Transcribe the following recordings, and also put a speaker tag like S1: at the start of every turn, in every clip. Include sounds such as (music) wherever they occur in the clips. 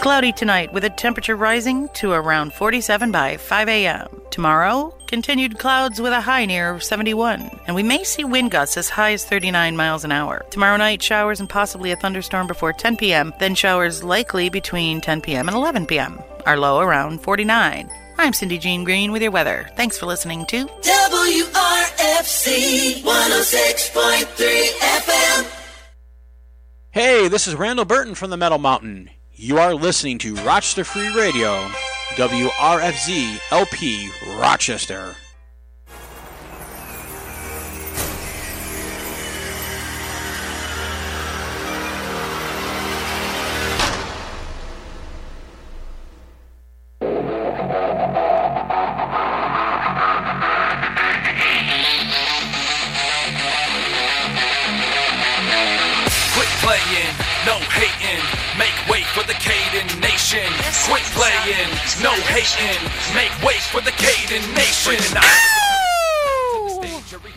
S1: Cloudy tonight with a temperature rising to around 47 by 5 a.m. Tomorrow, continued clouds with a high near 71, and we may see wind gusts as high as 39 miles an hour. Tomorrow night, showers and possibly a thunderstorm before 10 p.m., then showers likely between 10 p.m. and 11 p.m. Our low around 49. I'm Cindy Jean Green with your weather. Thanks for listening to
S2: WRFC 106.3 FM.
S3: Hey, this is Randall Burton from the Metal Mountain. You are listening to Rochester Free Radio, WRFZ LP Rochester.
S4: Quit playing, no hating, make way for the Caden Nation. Quit playing, no hating, make way for the Caden Nation.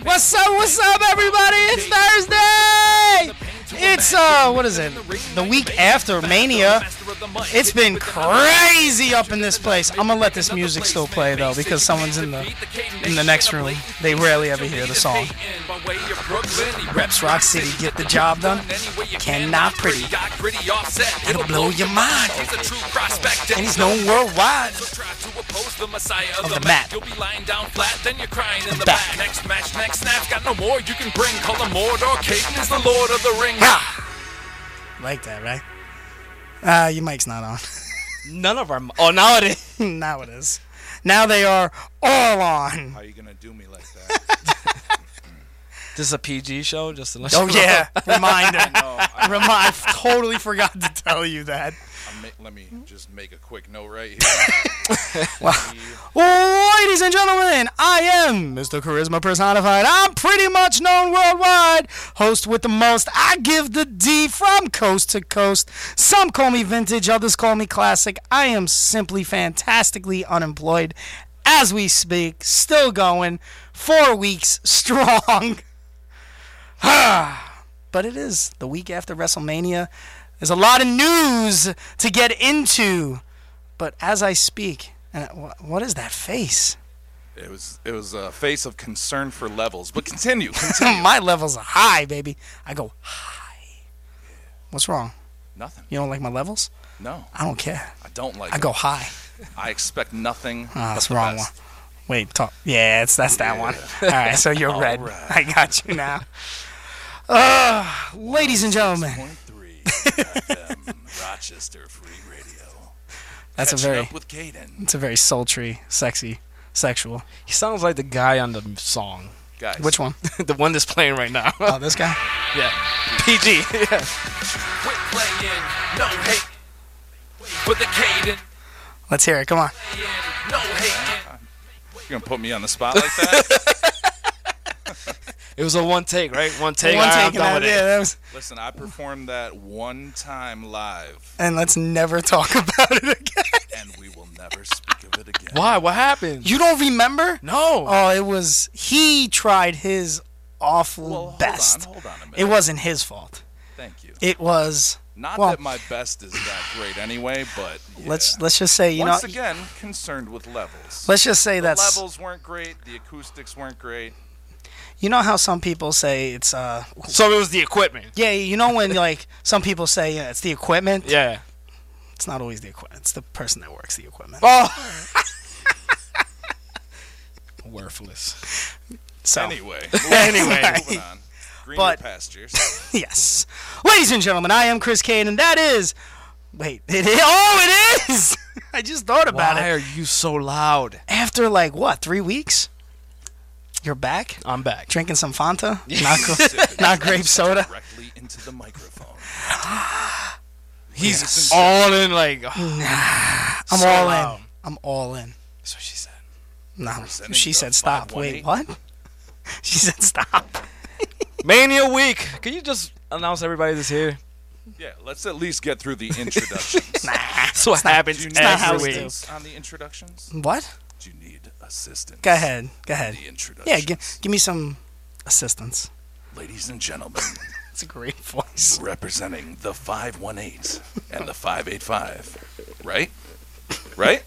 S5: What's up? What's up, everybody? It's Thursday. It's uh, what is it? The week after Mania. It's been crazy up in this place. I'm gonna let this music still play though because someone's in the in the next room. They rarely ever hear the song. Reps Rock City, get the job done. Cannot pretty. It'll blow your mind. And he's known worldwide. Of the mat.
S4: You'll be lying down flat, then you're crying in the back. Next match, next snap, got no more you can bring. Call the Mordor, Caden is the Lord of the Ring.
S5: Ah! Like that, right? Uh, your mic's not on. (laughs)
S6: None of our. Oh, now it is.
S5: now it is. Now they are all on.
S7: How you gonna do me like that?
S6: This is a PG show, just to (laughs) let
S5: Oh
S6: you know.
S5: yeah, (laughs) reminder.
S7: No, I,
S5: Remi- I totally forgot to tell you that.
S7: I ma- let me just make a quick note right here.
S5: Ladies and gentlemen, I am Mr. Charisma Personified. I'm pretty much known worldwide. Host with the most. I give the D from coast to coast. Some call me vintage, others call me classic. I am simply fantastically unemployed as we speak. Still going. Four weeks (laughs) strong. but it is the week after WrestleMania. There's a lot of news to get into. But as I speak, and wh- what is that face? (laughs)
S7: It was it was a face of concern for levels, but
S5: (laughs)
S7: continue. continue.
S5: My levels are high, baby. I go high. What's wrong?
S7: nothing.
S5: You don't like my levels?
S7: No,
S5: I don't care.
S7: I don't like.
S5: I
S7: it.
S5: go high.
S7: I expect nothing.
S5: Ah, that's
S7: but the
S5: the wrong
S7: best.
S5: one. Wait, talk. Yeah, it's that's that one. All right, so you're red. (laughs) I got you now. Ugh, ladies and gentlemen, (laughs)
S7: Point three. FM, Rochester Free Radio.
S5: that's a
S7: Catching
S5: very,
S7: up with Caden.
S5: it's a very sultry, sexy, sexual.
S6: He sounds like the guy on the song,
S7: Guys, (laughs)
S5: Which one?
S6: the one that's playing right now.
S5: Oh, this guy.
S6: yeah, PG. Yeah.
S4: Quit playing, no hate. For the Caden,
S5: Let's hear it. Come on.
S4: no hating.
S7: You gonna put me on the spot like
S5: (laughs)
S7: that?
S6: It was a one take, right? One take.
S5: One
S6: all right,
S5: take.
S6: I'm done
S5: and
S6: with
S5: that- yeah,
S6: it.
S5: that was,
S7: Listen, I performed that one time live,
S5: and let's never talk (laughs) about it again.
S7: and we will never speak of it again.
S6: Why? What happened?
S5: You don't remember?
S6: no.
S5: Oh, it was he tried his awful
S7: Well, hold
S5: best.
S7: on, hold on a minute.
S5: It wasn't his fault.
S7: Thank you.
S5: It was
S7: Not
S5: well-
S7: that my best is that great anyway, but yeah.
S5: let's let's just say you
S7: once
S5: know
S7: again concerned with levels.
S5: let's just say
S7: the
S5: that's
S7: levels weren't great. The acoustics weren't great.
S5: you know how some people say it's uh
S6: so it was the equipment.
S5: yeah you know when (laughs) like some people say yeah, it's the equipment
S6: Yeah.
S5: it's not always the equipment it's the person that works the equipment
S6: Oh. Worthless.
S5: so (laughs)
S7: Anyway,
S6: Anyway.
S7: moving on. Greener
S5: But-
S7: pastures.
S5: yes ladies and gentlemen I am Chris Kane and that is wait (laughs) it is oh it is (laughs) I just thought about
S6: Why
S5: it
S6: are you so loud?
S5: after like what three weeks you're back
S6: I'm back.
S5: drinking some
S6: (laughs)
S5: Fanta, (laughs) not, gr- not grape soda.
S7: Directly into the microphone.
S6: He's all in like. (sighs)
S5: I'm
S6: So
S5: all
S6: loud.
S5: in. I'm all in.
S6: That's what she said.
S5: No,
S7: Presenting
S5: she
S7: the
S5: said stop. Wait,
S7: 518.
S5: what? (laughs) She said stop.
S6: Mania week. Can you just announce everybody that's here?
S7: Yeah, let's at least get through the
S5: (laughs)
S7: introductions.
S6: That's what happens
S7: Do you need
S5: not how it
S6: every week.
S5: goes.
S7: assistance on the introductions?
S5: What?
S7: Do you need assistance?
S5: Go ahead. Go ahead.
S7: The
S5: Yeah,
S7: introductions.
S5: gi- give me some assistance.
S7: Ladies and gentlemen,
S5: It's a great (laughs) voice.
S7: representing the 518 and the 585. Right? Right?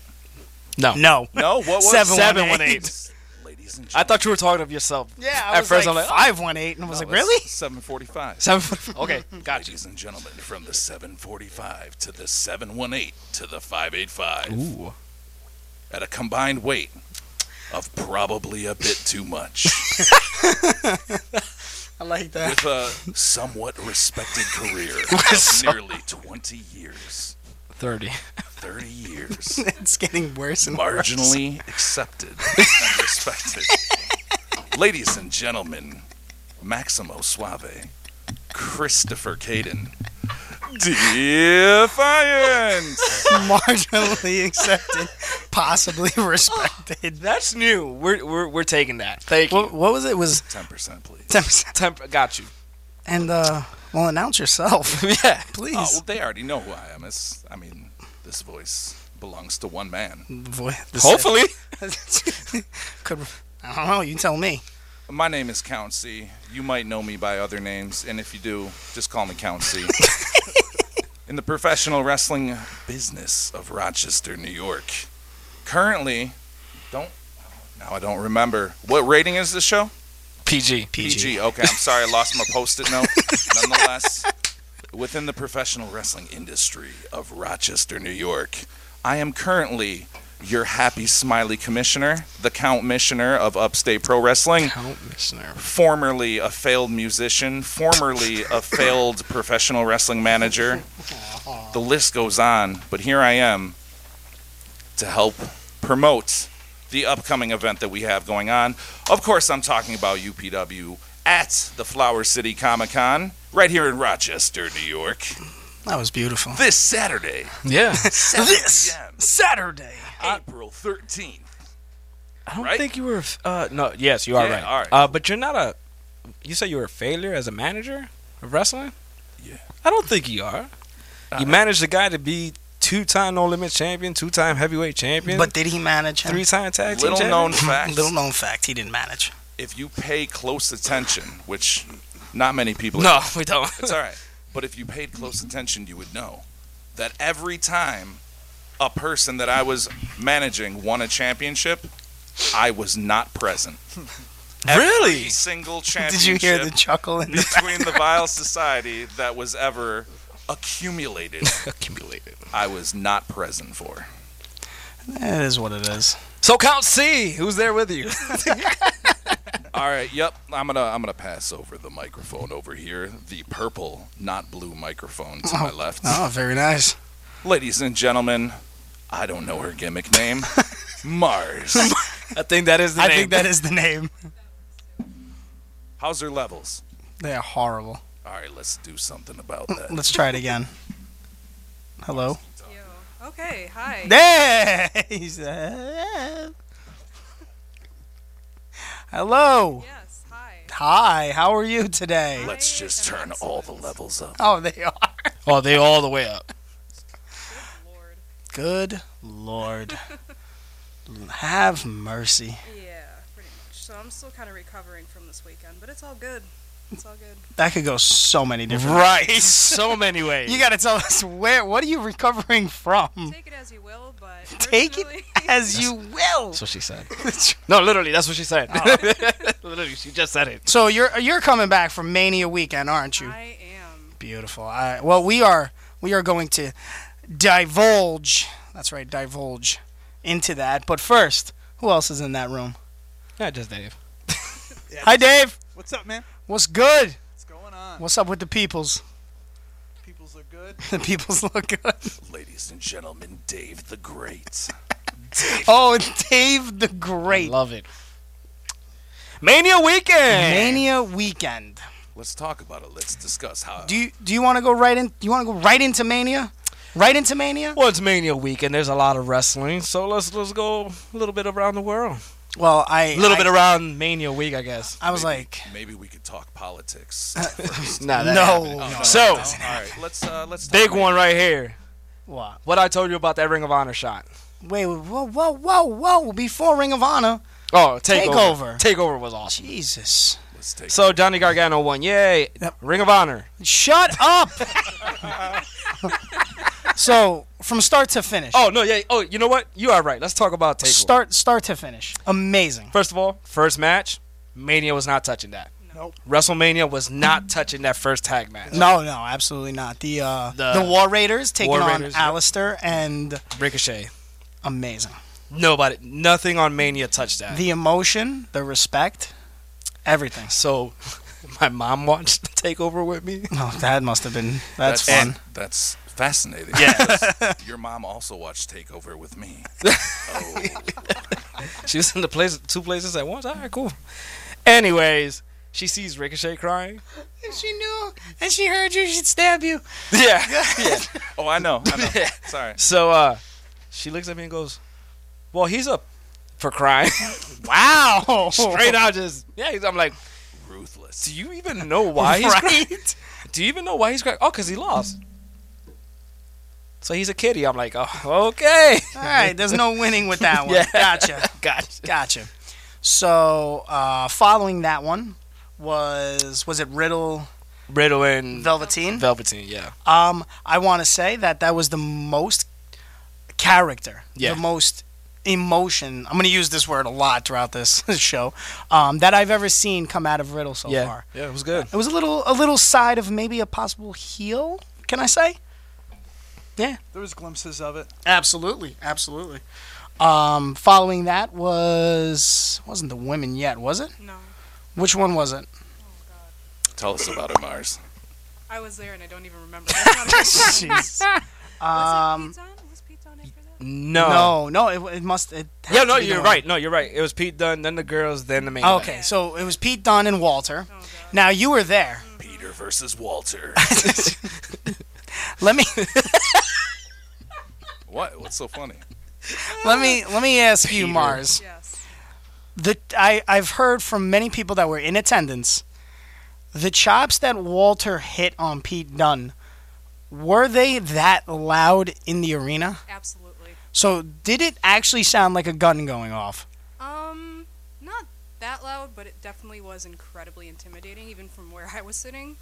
S6: No.
S5: No.
S7: No, what was
S5: Seven
S6: Seven
S5: one
S6: one
S5: eight.
S6: eight.
S7: Ladies and gentlemen.
S6: I thought you were talking of yourself.
S5: (laughs) Yeah, I
S6: At
S5: was
S6: first,
S5: like,
S6: I'm like, oh.
S5: five one eight, and I was like,
S7: That's
S5: really? (laughs)
S7: 745.
S6: Seven. Okay, got you.
S7: Ladies and gentlemen, from the 745 to the 718 to the 585. Ooh. At a combined weight of probably a bit too much.
S5: (laughs) I like that.
S7: With a somewhat respected
S5: (laughs)
S7: career of nearly 20 years,
S6: Thirty.
S7: 30
S5: (laughs)
S7: years.
S5: It's getting worse and worse.
S7: marginally accepted and respected. Ladies and gentlemen, Maximo Suave, Christopher Caden, Defiance.
S5: marginally (laughs) accepted, possibly (laughs) respected.
S6: That's new. We're we're, we're taking that. Thank
S5: What,
S6: you.
S5: what was it? It Was
S7: Ten percent, please.
S5: ten percent?
S6: Temp- got you.
S5: And uh, well, announce yourself,
S6: yeah.
S5: please.
S7: Oh, well, they already know who I am. It's, I mean, this voice belongs to one man.
S5: Boy, this-
S6: Hopefully.
S5: (laughs) could I don't know. You tell me.
S7: My name is Count C. You might know me by other names, and if you do, just call me Count C. In the professional wrestling business of Rochester, New York. Currently, don't now I don't remember. What rating is this show?
S6: PG.
S7: PG. Okay, I'm sorry, I lost my post-it
S6: (laughs)
S7: note. Nonetheless, within the professional wrestling industry of Rochester, New York, I am currently your happy smiley commissioner, the count missioner of Upstate Pro Wrestling
S6: Count Missioner.
S7: formerly a failed musician, formerly a failed professional wrestling
S6: (laughs)
S7: manager. The list goes on, but here I am to help promote the upcoming event that we have going on. Of course, I'm talking about UPW at the Flower City Comic Con right here in Rochester, New York,
S5: That was beautiful.
S7: this Saturday,
S6: (laughs) Yeah.
S5: This
S7: p.m.,
S5: Saturday.
S7: April 13th.
S6: I don't
S7: Right?
S6: think you were. a f- Uh, no. Yes, you are
S7: Yeah,
S6: right.
S7: all right.
S6: Uh, but you're not a. You said you were a failure as a manager of wrestling.
S7: Yeah.
S6: I don't think you are. you managed a guy to be two-time No Limit champion, two-time heavyweight champion,
S5: But did he manage? Him? (laughs)
S6: three-time tag team
S7: Little
S6: champion.
S7: known fact.
S5: Little known fact, he didn't manage.
S7: If you pay close attention, which not many people
S6: (laughs) No, we don't.
S7: It's all right. But if you paid close attention, you would know that every time a person that I was managing won a championship, I was not present. Every
S6: Really?
S7: single
S5: (laughs) Did
S7: championship
S5: you hear the chuckle?
S7: (laughs)
S5: In the
S7: between the Vile Society that was ever accumulated,
S6: Accumulated.
S7: I was not present for.
S5: it is what it is.
S6: So count C. Who's there with you?
S7: All right, yep. I'm gonna I'm gonna pass over the microphone over here, the purple, not blue microphone to my left.
S5: Oh, very nice.
S7: Ladies and gentlemen, I don't know her gimmick
S5: (laughs)
S7: name. Mars.
S6: I think that is the
S5: I
S6: name.
S5: think that is the name.
S7: How's her levels?
S5: They are horrible.
S7: All right, let's do something about that.
S5: Let's try it again. Hello.
S8: Okay, hi.
S5: There. (laughs) He's, uh, Hello.
S8: Yes, hi.
S5: Hi. How are you today?
S7: Let's just turn all the levels up.
S5: Oh, they are. (laughs)
S6: Oh, they all the way up.
S8: Lord.
S5: Good Lord. Have mercy.
S8: Yeah, pretty much. So I'm still kind of recovering from this weekend, but it's all good. It's all good.
S5: That could go so many different.
S6: Right. So many ways.
S5: (laughs) You gotta tell us where. What are you recovering from?
S8: Take it as you will, but
S5: (laughs) Take it
S8: originally-
S5: as you will. Oh.
S6: that's what
S5: (laughs)
S6: she said. no, literally, that's what she said. (laughs) literally, she just said it.
S5: So you're you're coming back from Mania weekend, aren't you?
S8: I am.
S5: Beautiful. I, well, we are we are going to divulge. That's right, divulge into that. But first, who else is in that room?
S6: Not just Dave.
S5: Hi, Dave.
S9: What's up, man?
S5: What's good?
S9: What's going on?
S5: What's up with the peoples?
S9: Peoples are good.
S5: (laughs) The peoples look good.
S7: Ladies and gentlemen, Dave the Great.
S5: Oh, (laughs) Dave the Great.
S6: Love it. Mania weekend.
S5: Mania weekend.
S7: Let's talk about it. Let's discuss how.
S5: Do you do you want to go right in? You want to go right into Mania? Right into Mania?
S6: Well, it's Mania weekend. There's a lot of wrestling, so let's let's go a little bit around the world.
S5: Well, I
S6: A little
S5: I,
S6: bit around Mania week, I guess.
S5: I was like,
S7: Maybe we could talk politics.
S6: Nah, that happened. Oh,
S5: no.
S6: So
S7: all right, let's uh, let's. Talk
S6: big one right here.
S5: What?
S6: What I told you about that Ring of Honor shot.
S5: Wait, whoa, whoa, whoa, whoa! Before Ring of Honor,
S6: Oh, takeover.
S5: Takeover.
S6: Takeover was awesome.
S5: Jesus.
S7: Let's take
S6: So Johnny Gargano won. Yay! Ring of Honor.
S5: Shut up. (laughs) so from start to finish.
S6: Oh no, yeah. Oh, you know what? You are right. Let's talk about Takeover.
S5: start start to finish. Amazing.
S6: First of all, first match, Mania was not touching that.
S10: Nope.
S6: WrestleMania was not touching that first tag match.
S5: No, no, absolutely not. The uh, the,
S6: The-
S5: War Raiders taking
S6: War
S5: on
S6: Raiders, yep.
S5: Alistair and
S6: Ricochet.
S5: amazing.
S6: Nobody, nothing on Mania touched that.
S5: The emotion, the respect, everything.
S6: so, (laughs) my mom watched the Takeover with me.
S5: (laughs) Oh, that must have been that's, fun.
S7: and That's fascinating. Yes. (laughs) Your mom also watched Takeover with me.
S6: She was in the place, two places at once. All right, cool. Anyways, she sees Ricochet crying.
S5: And she knew, and she heard you. She'd stab you.
S6: Yeah.
S7: Oh, I know. (laughs) I know. Sorry.
S6: So, uh, she looks at me and goes, "Well, he's up for crying."
S5: (laughs) Wow.
S6: Straight out, just yeah. he's- I'm like,
S7: Ruthless.
S6: do you even know why he's crying? Do you even know why he's crying? Oh, cause he lost. So he's a kitty. I'm like, oh, okay. (laughs)
S5: All right. There's no winning with that one.
S6: Yeah.
S5: Gotcha.
S6: Gotcha.
S5: Gotcha. So uh, following that one was was it Riddle
S6: Riddle and
S5: Velveteen?
S6: Velveteen, yeah.
S5: Um, I want to say that that was the most character,
S6: Yeah.
S5: the most emotion. I'm going to use this word a lot throughout this (laughs) show um, that I've ever seen come out of Riddle so
S6: yeah.
S5: far.
S6: Yeah, it was good.
S5: It was a little, a little side of maybe a possible heel. Can I say?
S10: There was glimpses of it.
S5: Absolutely, absolutely. Um, following that was wasn't the women yet, was it?
S8: No,
S5: Which one was it?
S7: Tell us about it, Mars.
S8: I was there and I don't even remember. That's
S5: (laughs)
S8: not a good sign.
S5: Um,
S8: was it Pete Dunne? Was Pete Dunne after that?
S6: No.
S5: No, no, it, it must. It had
S6: Yeah,
S5: to
S6: no,
S5: be the
S6: you're
S5: one.
S6: right. No, you're right. It was Pete Dunne, then the girls, then the main. event.
S5: Oh, Okay, so it was Pete Dunn and Walter. now you were there.
S7: Peter versus Walter.
S5: Let me
S7: what? What's so funny?
S5: let me let me ask you, Mars.
S8: Yes.
S5: The I I've heard from many people that were in attendance, the chops that Walter hit on Pete Dunn, were they that loud in the arena?
S8: Absolutely.
S5: So did it actually sound like a gun going off?
S8: Um, not that loud, but it definitely was incredibly intimidating, even from where I was sitting.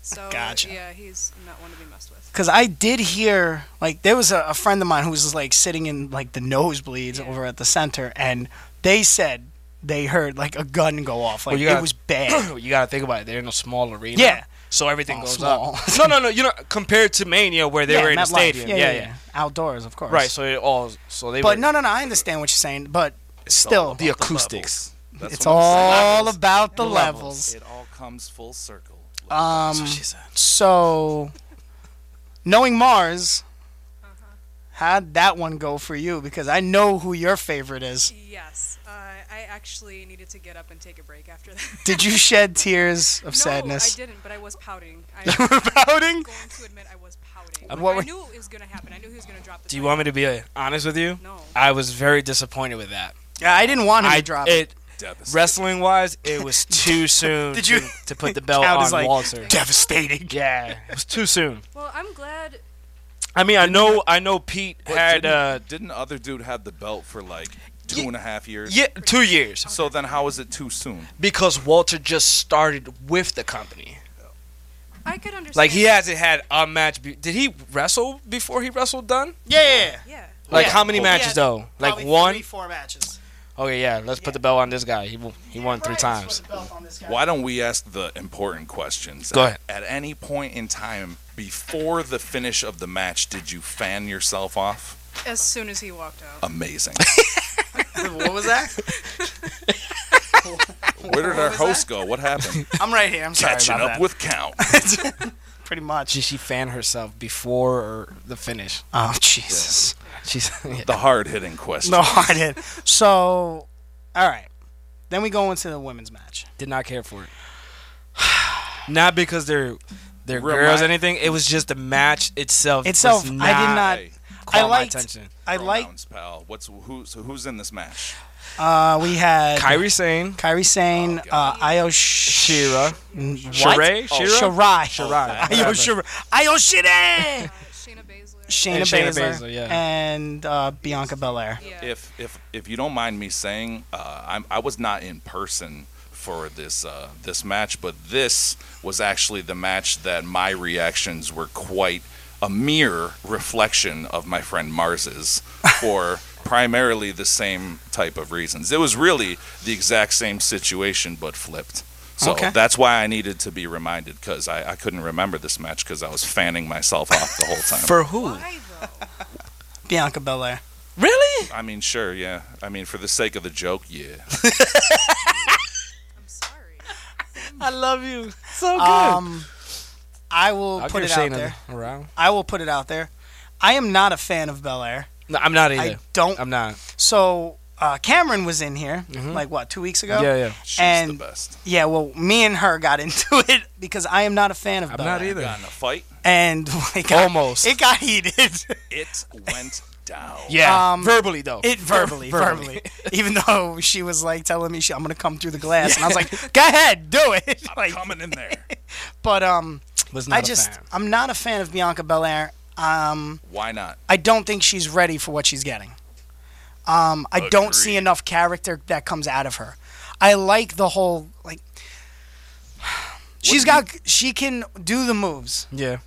S8: So
S5: Gotcha.
S8: yeah, he's not one to be messed with.
S5: Because I did hear like there was a, a friend of mine who was like sitting in like the nosebleeds over at the center, and they said they heard like a gun go off. Like
S6: you gotta-
S5: it was bad.
S6: (clears throat) you gotta think about it. They're in a small arena.
S5: Yeah.
S6: So everything
S5: Oh,
S6: goes
S5: small.
S6: up. No, no, no. You know, compared to Mania, where they
S5: Yeah,
S6: were in a
S5: MetLife.
S6: stadium. Yeah yeah,
S5: Outdoors, of course.
S6: Right. So it all. So they.
S5: But
S6: were,
S5: no, no, no. I understand what you're saying, but
S7: all
S5: still,
S7: about
S6: the acoustics.
S7: levels. That's
S5: it's
S7: what I'm
S5: all
S7: saying.
S5: about the levels.
S6: levels.
S7: It all comes full circle.
S5: Um,
S6: She said.
S5: so knowing Mars, how'd that one go for you? Because I know who your favorite is.
S8: Yes, uh, I actually needed to get up and take a break after that.
S5: Did you shed tears of
S8: (laughs) no,
S5: sadness?
S8: I didn't, but I
S5: (laughs)
S8: was pouting. I
S5: Pouting?
S8: am going to admit I was pouting.
S5: And what
S8: I
S5: were-
S8: knew it was going to happen. I knew he was going to drop the.
S6: Do you want me to be uh, honest with you?
S8: No.
S6: I was very disappointed with that.
S5: Yeah, I didn't want him
S6: I
S5: to drop it.
S6: it.
S7: Devastating.
S6: Wrestling wise, it
S5: (laughs)
S6: was too soon.
S5: Did you-
S6: to, to put the belt
S5: Count
S6: on
S5: is like,
S6: Walter?
S5: Devastating.
S6: Yeah, it was too soon.
S8: Well, I'm glad.
S6: I mean, I know, I know. Pete
S7: What,
S6: had
S7: didn't,
S6: uh,
S7: didn't the other dude had the belt for like two and a half years?
S6: uh, yeah, two years
S7: So then, how is it too soon?
S6: because Walter just started with the company.
S8: I could understand.
S6: Like he hasn't had a match. Be- Did he wrestle before he wrestled Dunn?
S5: Yeah.
S8: Yeah.
S6: Like
S5: Yeah. Oh,
S6: how many matches
S5: Yeah.
S6: though? Like one.
S5: Three, four matches.
S6: Okay, yeah. Let's put the belt on this guy. He w- he won three times.
S7: Why don't we ask the important questions?
S6: Go ahead.
S7: At any point in time before the finish of the match, did you fan yourself off?
S8: As soon as he walked out.
S7: Amazing.
S5: what was that?
S7: Where did our host go? What happened?
S5: I'm right here. I'm sorry
S7: Catching
S5: about
S7: up
S5: that.
S7: with count.
S5: Pretty much.
S6: Did she fan herself before or the finish? (laughs)
S5: Oh Jesus.
S6: She's yeah.
S7: The hard hitting question.
S5: No, I did. So, all right. Then we go into the women's match.
S6: did not care for it. (sighs) Not because they're they're
S7: Remi-
S6: girls or anything. It was just the match itself.
S5: Itself,
S6: was
S5: I did not.
S7: Hey,
S5: I
S6: caught my
S5: liked.
S6: attention.
S5: I like.
S7: pronouns, pal. What's who's who's in this match?
S5: Uh, we had
S6: Kyrie Sane,
S5: Kyrie Sane, uh, Io Sh-
S6: Oh, Shira,
S5: what?
S6: Shirai,
S5: Oh,
S6: Shira?
S5: Shirai,
S6: Shirai,
S5: Io
S6: whatever.
S5: Shirai, Io Shirai,
S8: Uh, Shayna Baszler.
S5: Shayna
S6: And Shayna
S5: Baszler,
S6: Baszler, yeah.
S5: and uh, Bianca Belair.
S8: yeah.
S7: If if if you don't mind me saying, uh, I'm, I was not in person for this uh, this match, but this was actually the match that my reactions were quite a mere reflection of my friend Mars's
S5: (laughs)
S7: for primarily the same type of reasons. It was really the exact same situation but flipped. So
S5: Okay.
S7: that's why I needed to be reminded because I, I couldn't remember this match because I was fanning myself off the whole time.
S5: For who? Bianca Belair. Really?
S7: I mean, sure, yeah. I mean, for the sake of the joke, yeah.
S8: (laughs)
S5: I love you. So good. Um, I will
S6: I'll
S5: put
S6: give
S5: it
S6: Shane
S5: out there.
S6: a- a round.
S5: I will put it out there. I am not a fan of Bel Air.
S6: No, I'm not either.
S5: I don't.
S6: I'm not.
S5: So uh, Cameron was in here like what two weeks ago.
S6: Mm-hmm. Yeah, yeah.
S7: She's
S5: and
S7: the best.
S5: yeah, well, me and her got (laughs) into it because I am not a fan of.
S6: I'm
S5: Bel
S6: not
S5: Air.
S6: either.
S7: Got in a fight.
S5: And (laughs) it got,
S6: Almost.
S5: it got heated. (laughs)
S7: It went down.
S6: Yeah.
S5: Um,
S6: verbally though. (laughs)
S5: It verbally, verbally.
S6: Verbally.
S5: Even though she was like telling me, she, "I'm gonna come through the glass," and I was like, "Go ahead, do it." (laughs) like,
S7: Coming in there.
S5: but um,
S6: (laughs) was not
S5: I
S6: a
S5: just
S6: fan.
S5: I'm not a fan of Bianca Belair. Um,
S7: Why not?
S5: I don't think she's ready for what she's getting. Um, I don't see
S7: Agreed.
S5: enough character that comes out of her. I like the whole like. (sighs) She's got she can do the moves,
S6: Yeah.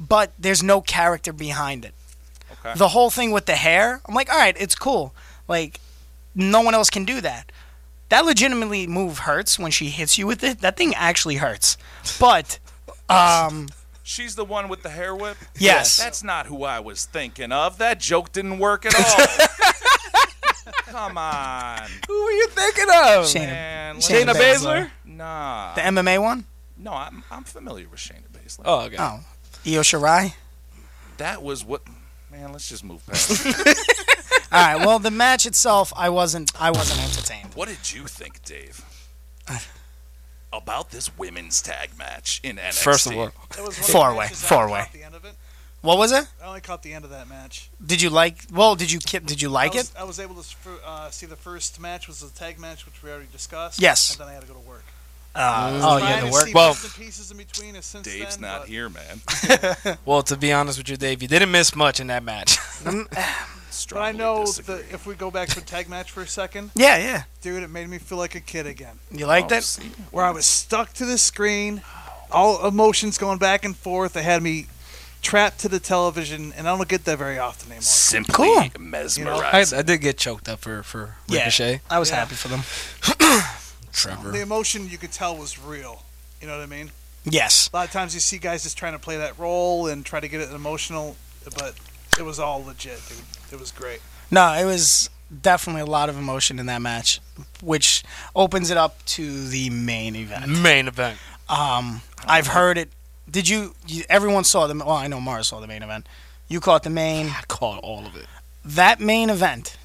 S5: but there's no character behind it.
S7: Okay.
S5: The whole thing with the hair, I'm like, all right, it's cool. Like, no one else can do that. That legitimately move hurts when she hits you with it. That thing actually hurts. But, um,
S7: She's the one with the hair whip?
S5: Yes.
S7: That's not who I was thinking of. That joke didn't work at
S5: (laughs)
S7: all. Come on.
S6: Who were you thinking
S5: (laughs)
S6: of?
S5: Shayna,
S7: Man,
S5: Shayna
S7: let's-
S5: Baszler?
S7: Nah.
S5: the MMA one,
S7: No, I'm, I'm familiar with Shayna Baszler.
S6: Oh, okay.
S5: oh, Io Shirai. Oh.
S7: That was what. Man, let's just move past. it.
S5: All right. Well, the match itself, I wasn't, I wasn't entertained.
S7: what did you think, Dave? About this women's tag match in NXT.
S6: First of all,
S9: That was one of the
S5: Four way,
S9: matches I
S5: four
S9: caught
S5: way.
S9: the end of it.
S5: What was it?
S9: I only caught the end of that match.
S5: Did you like? Well, did you ki- did you like
S9: I was,
S5: it?
S9: I was able to s- fir- uh, see the first match was the tag match, which we already discussed.
S5: Yes.
S9: And then I had to go to work.
S5: Uh, oh, you
S9: Trying
S5: had to
S9: to
S5: work.
S9: see
S6: Well-
S9: bits and pieces in between us since
S7: Dave's
S9: then,
S7: not
S9: but
S7: here, man.
S6: well, to be honest with you, Dave, you didn't miss much in that match.
S9: But
S7: Strongly
S9: I know
S7: disagree.
S9: that if we go back to a tag match for a second,
S5: Yeah, yeah.
S9: dude, it made me feel like a kid again.
S5: You liked
S7: Oh,
S5: it?
S7: see?
S9: Where I was stuck to the screen, all emotions going back and forth. They had me trapped to the television, and I don't get that very often anymore.
S7: simply
S5: Cool.
S6: I,
S7: mesmerized.
S6: (laughs) I did get choked up for for
S5: Yeah.
S6: Ricochet.
S5: I was happy for them.
S9: The
S6: Trevor.
S9: emotion you could tell was real. You know what I mean?
S5: Yes.
S9: A lot of times you see guys just trying to play that role and try to get it emotional, but it was all legit, dude. It was great.
S5: No, it was definitely a lot of emotion in that match, which opens it up to the main event.
S6: Main event.
S5: Um, I've heard it. Did you, you? Everyone saw the. Well, I know Mara saw the main event. You caught the main.
S6: I caught all of it.
S5: That main event,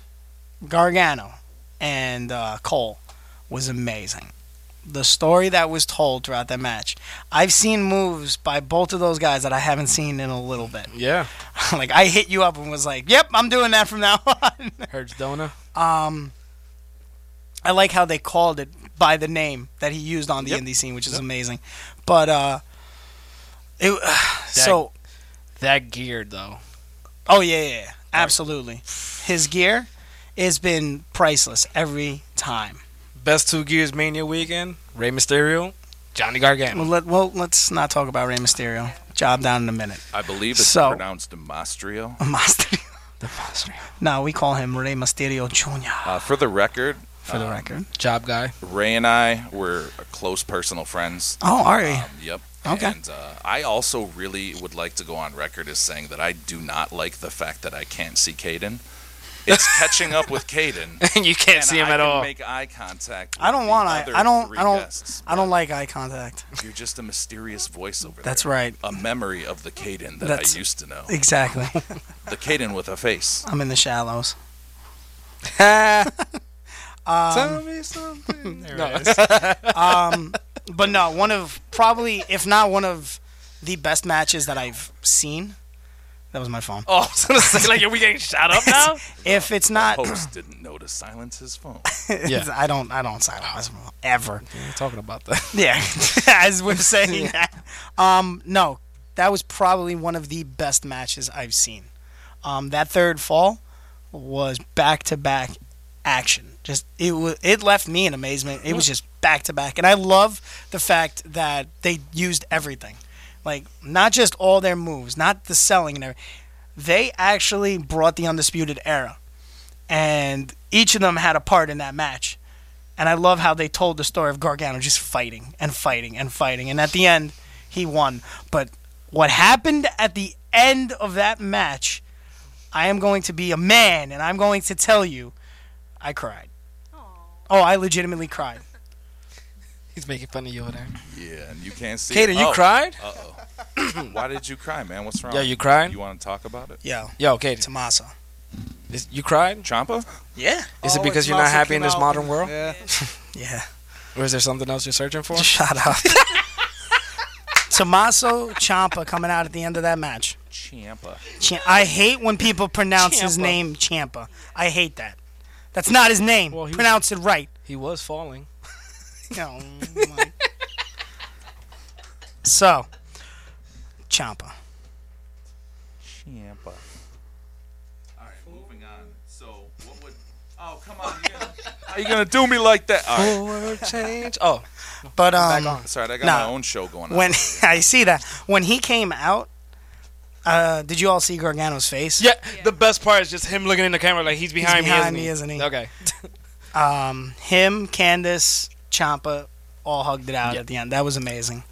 S5: Gargano and uh, Cole, was amazing. The story that was told throughout that match. I've seen moves by both of those guys that I haven't seen in a little bit. (laughs)
S6: Yeah.
S5: like I hit you up and was like, "Yep, I'm doing that from now (laughs) on."
S6: Herds Dona.
S5: I like how they called it by the name that he used on the
S6: Yep.
S5: indie scene, which is amazing. But uh, it (sighs) so
S6: That gear though.
S5: oh yeah, yeah, yeah. absolutely. His gear has been priceless every time.
S6: Best two gears mania weekend. Rey Mysterio, Johnny Gargano.
S5: Well, let, well let's not talk about Rey Mysterio. Job down in a minute. (laughs)
S7: I believe it's
S5: So-
S7: pronounced Demastrio.
S5: Mysterio. No, we call him Rey Mysterio Jr.
S7: Uh, for the record,
S5: for
S6: Uh,
S5: the record.
S6: Job guy.
S7: (laughs)
S6: (laughs)
S7: Ray and I were close personal friends.
S5: Oh, are
S6: uh,
S5: we?
S7: Yep.
S5: Okay.
S7: And uh, I also really would like to go on record as saying that I do not like the fact that I can't see Caden.
S5: (laughs)
S7: It's catching up with Caden.
S6: you can't
S7: and
S6: see him
S7: I
S6: at
S7: can
S6: all.
S7: Make eye contact.
S5: I don't
S7: with
S5: want
S7: the
S5: I
S7: other
S5: I don't
S7: three
S5: I don't
S7: guests.
S5: I don't like eye contact.
S7: You're just a mysterious voice over there.
S5: That's right.
S7: A memory of the Caden that
S5: That's-
S7: I used to know.
S6: (laughs)
S5: Exactly.
S7: The Caden with a face.
S5: I'm in the shallows.
S6: Tell me something. No.
S5: But no, one of probably if not one of the best matches that I've seen. That was my phone.
S6: Oh, (laughs) I was gonna say like, are we getting shot
S5: (laughs)
S6: up now? Oh.
S5: If it's not,
S7: Host didn't know to silence his phone.
S5: it's- I don't I don't sign off ever.
S6: We're talking about that.
S5: (laughs)
S6: (laughs)
S5: Yeah, as we're saying that. Um, no, that was probably one of the best matches I've seen. Um, that third fall was back to back action. Just it was it left me in amazement. It was just back to back. And I love the fact that they used everything. Like, not just all their moves, not the selling and everything. They actually brought the Undisputed Era. And each of them had a part in that match. And I love how they told the story of Gargano just fighting and fighting and fighting. And at the end, he won. But what happened at the end of that match, I am going to be a man and I'm going to tell you I cried. Oh, I legitimately cried.
S11: He's making fun of you over there.
S7: Yeah, and you can't see.
S6: Kaden,
S7: it.
S6: you
S7: Oh.
S6: cried?
S7: Uh-oh. Why did you cry, man? What's wrong?
S6: Yo, you cried?
S7: You want to talk about it?
S5: Yo,
S6: Yo, Kaden,
S5: Tomasa.
S6: is, you cried?
S7: Champa?
S5: Yeah.
S6: Is it
S9: Oh,
S6: because
S9: it's
S6: you're not
S9: Mousa
S6: happy in
S9: came
S6: this
S9: out.
S6: modern world?
S9: Yeah.
S5: Yeah.
S6: Or is there something else you're searching (laughs) for?
S5: Shut up. (laughs) Tommaso Ciampa coming out at the end of that match.
S7: Champa.
S5: Chi- I hate when people pronounce his
S6: Ciampa.
S5: name Ciampa. I hate that. That's not his name.
S6: Well, he-
S5: pronounce it right.
S6: He was falling.
S5: No. Oh, my- so, Ciampa.
S7: Champa. All right, moving on. So, what would? Oh, come on! you're gonna- (laughs) How you gonna do me like that? All right,
S6: (laughs) Or change. Oh,
S5: But um,
S7: sorry, I got
S5: Nah.
S7: my own show going on.
S5: when (laughs) I see that when he came out, uh, did you all see Gargano's face?
S6: yeah. The best part is just him looking in the camera like he's behind,
S5: behind
S6: me,
S5: me,
S6: isn't he?
S5: isn't he?
S6: Okay.
S5: Um, him, Candace, Champa, all hugged it out at the end. That was amazing.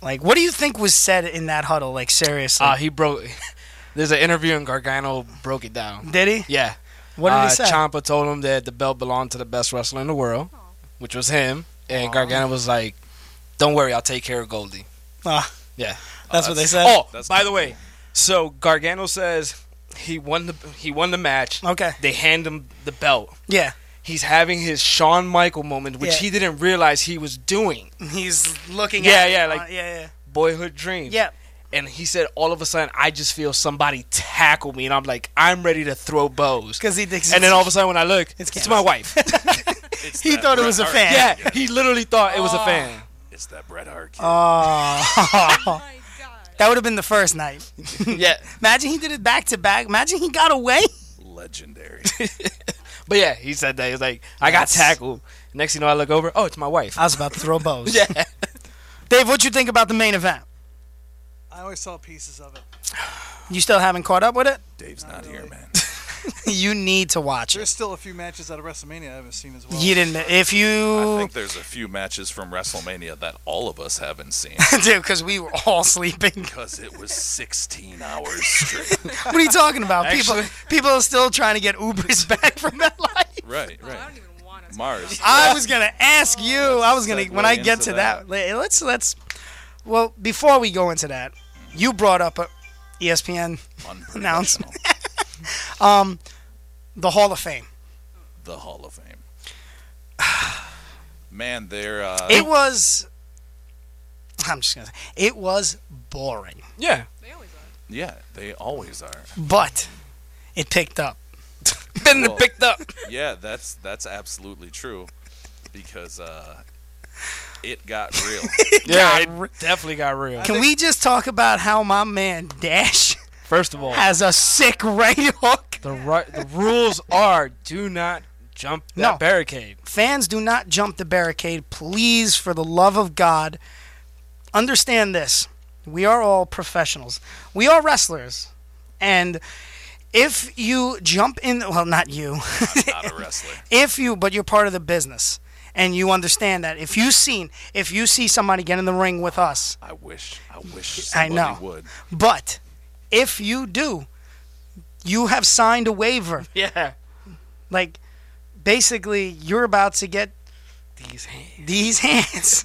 S5: Like, what do you think was said in that huddle? Like, seriously,
S6: (laughs) Uh, he broke. (laughs) There's an interview and Gargano broke it down.
S5: did he?
S6: Yeah.
S5: What did
S6: uh,
S5: he say?
S6: Ciampa told him that the belt belonged to the best wrestler in the world, which was him. And Gargano was like, "Don't worry, I'll take care of Goldie."
S5: Ah,
S6: Yeah.
S5: that's what they said.
S6: Oh,
S7: That's-
S6: by the way, so Gargano says he won the he won the match.
S5: Okay.
S6: They hand him the belt.
S5: yeah.
S6: He's having his Shawn Michael moment, which
S5: Yeah.
S6: he didn't realize he was doing.
S5: He's looking.
S6: Yeah,
S5: at
S6: yeah,
S5: it.
S6: like-
S5: Uh, yeah, yeah,
S6: Boyhood dreams.
S5: yeah.
S6: And he said, all of a sudden, I just feel somebody tackle me, and I'm like, I'm ready to throw bows.
S5: Because he thinks.
S6: And then all of a sudden, when I look,
S5: It's
S6: it's,
S5: Candace.
S6: my wife.
S7: It's
S5: (laughs) he
S7: that
S5: thought it
S7: Bret
S5: was a
S6: (laughs)
S7: Hart-
S5: fan.
S6: yeah, (laughs) he literally thought it was
S5: (laughs)
S6: a fan.
S7: It's that Bret Hart kid.
S5: Oh,
S8: My God.
S5: that would have been the first night.
S6: yeah,
S5: Imagine he did it back to back. Imagine he got away.
S7: Legendary.
S6: but yeah, he said that. He was like, I got tackled. Next thing you know, I look over. Oh, it's my wife.
S5: I was about to throw (laughs) bows.
S6: yeah,
S5: Dave, what you think about the main event?
S9: I always saw pieces of it.
S5: You still haven't caught up with it?
S7: Dave's not here, man.
S5: (laughs) you need to watch
S9: There's
S5: it.
S9: still a few matches out of WrestleMania I haven't seen as well.
S5: You didn't. If
S7: I
S5: you
S7: think there's a few matches from WrestleMania that all of us haven't seen
S5: (laughs) do, because we were all sleeping.
S7: because it was 16 hours
S5: (laughs)
S7: straight.
S5: What are you talking about? people,
S6: Actually-
S5: people are still trying to get Ubers (laughs) back from that life.
S7: Right,
S8: I
S7: right.
S8: don't even want to.
S7: Mars.
S5: I was gonna ask you. I was gonna
S7: Oh, segue
S5: when I get
S7: into
S5: to that. le- Let's let's. Well, before we go into that, you brought up uh, E a ESPN,
S7: Unprofessional.
S5: the Hall of Fame.
S7: the Hall of Fame. Man, they're uh,
S5: It was. I'm just gonna. Say, it was boring,
S6: yeah.
S8: They always are.
S7: yeah, they always are.
S5: but it picked up.
S6: Been
S7: Well-
S6: picked up.
S7: Yeah, that's that's absolutely true because uh, it got real.
S6: (laughs) Yeah, it definitely got real.
S5: Can we just talk about how my man Dash
S6: First of all,
S5: has a sick right hook?
S6: the right, the rules are do not jump that
S5: No.
S6: barricade.
S5: fans do not jump the barricade. Please, for the love of God, understand this. We are all professionals, we are wrestlers. And if you jump in, well, not you,
S7: Not a wrestler.
S5: if you, but you're part of the business. And you understand that if you seen if you see somebody get in the ring with us,
S7: (laughs) I wish. I wish
S5: I
S7: somebody
S5: know.
S7: would.
S5: but if you do, you have signed a waiver.
S6: Yeah.
S5: Like basically, you're about to get
S6: These hands.
S5: these hands.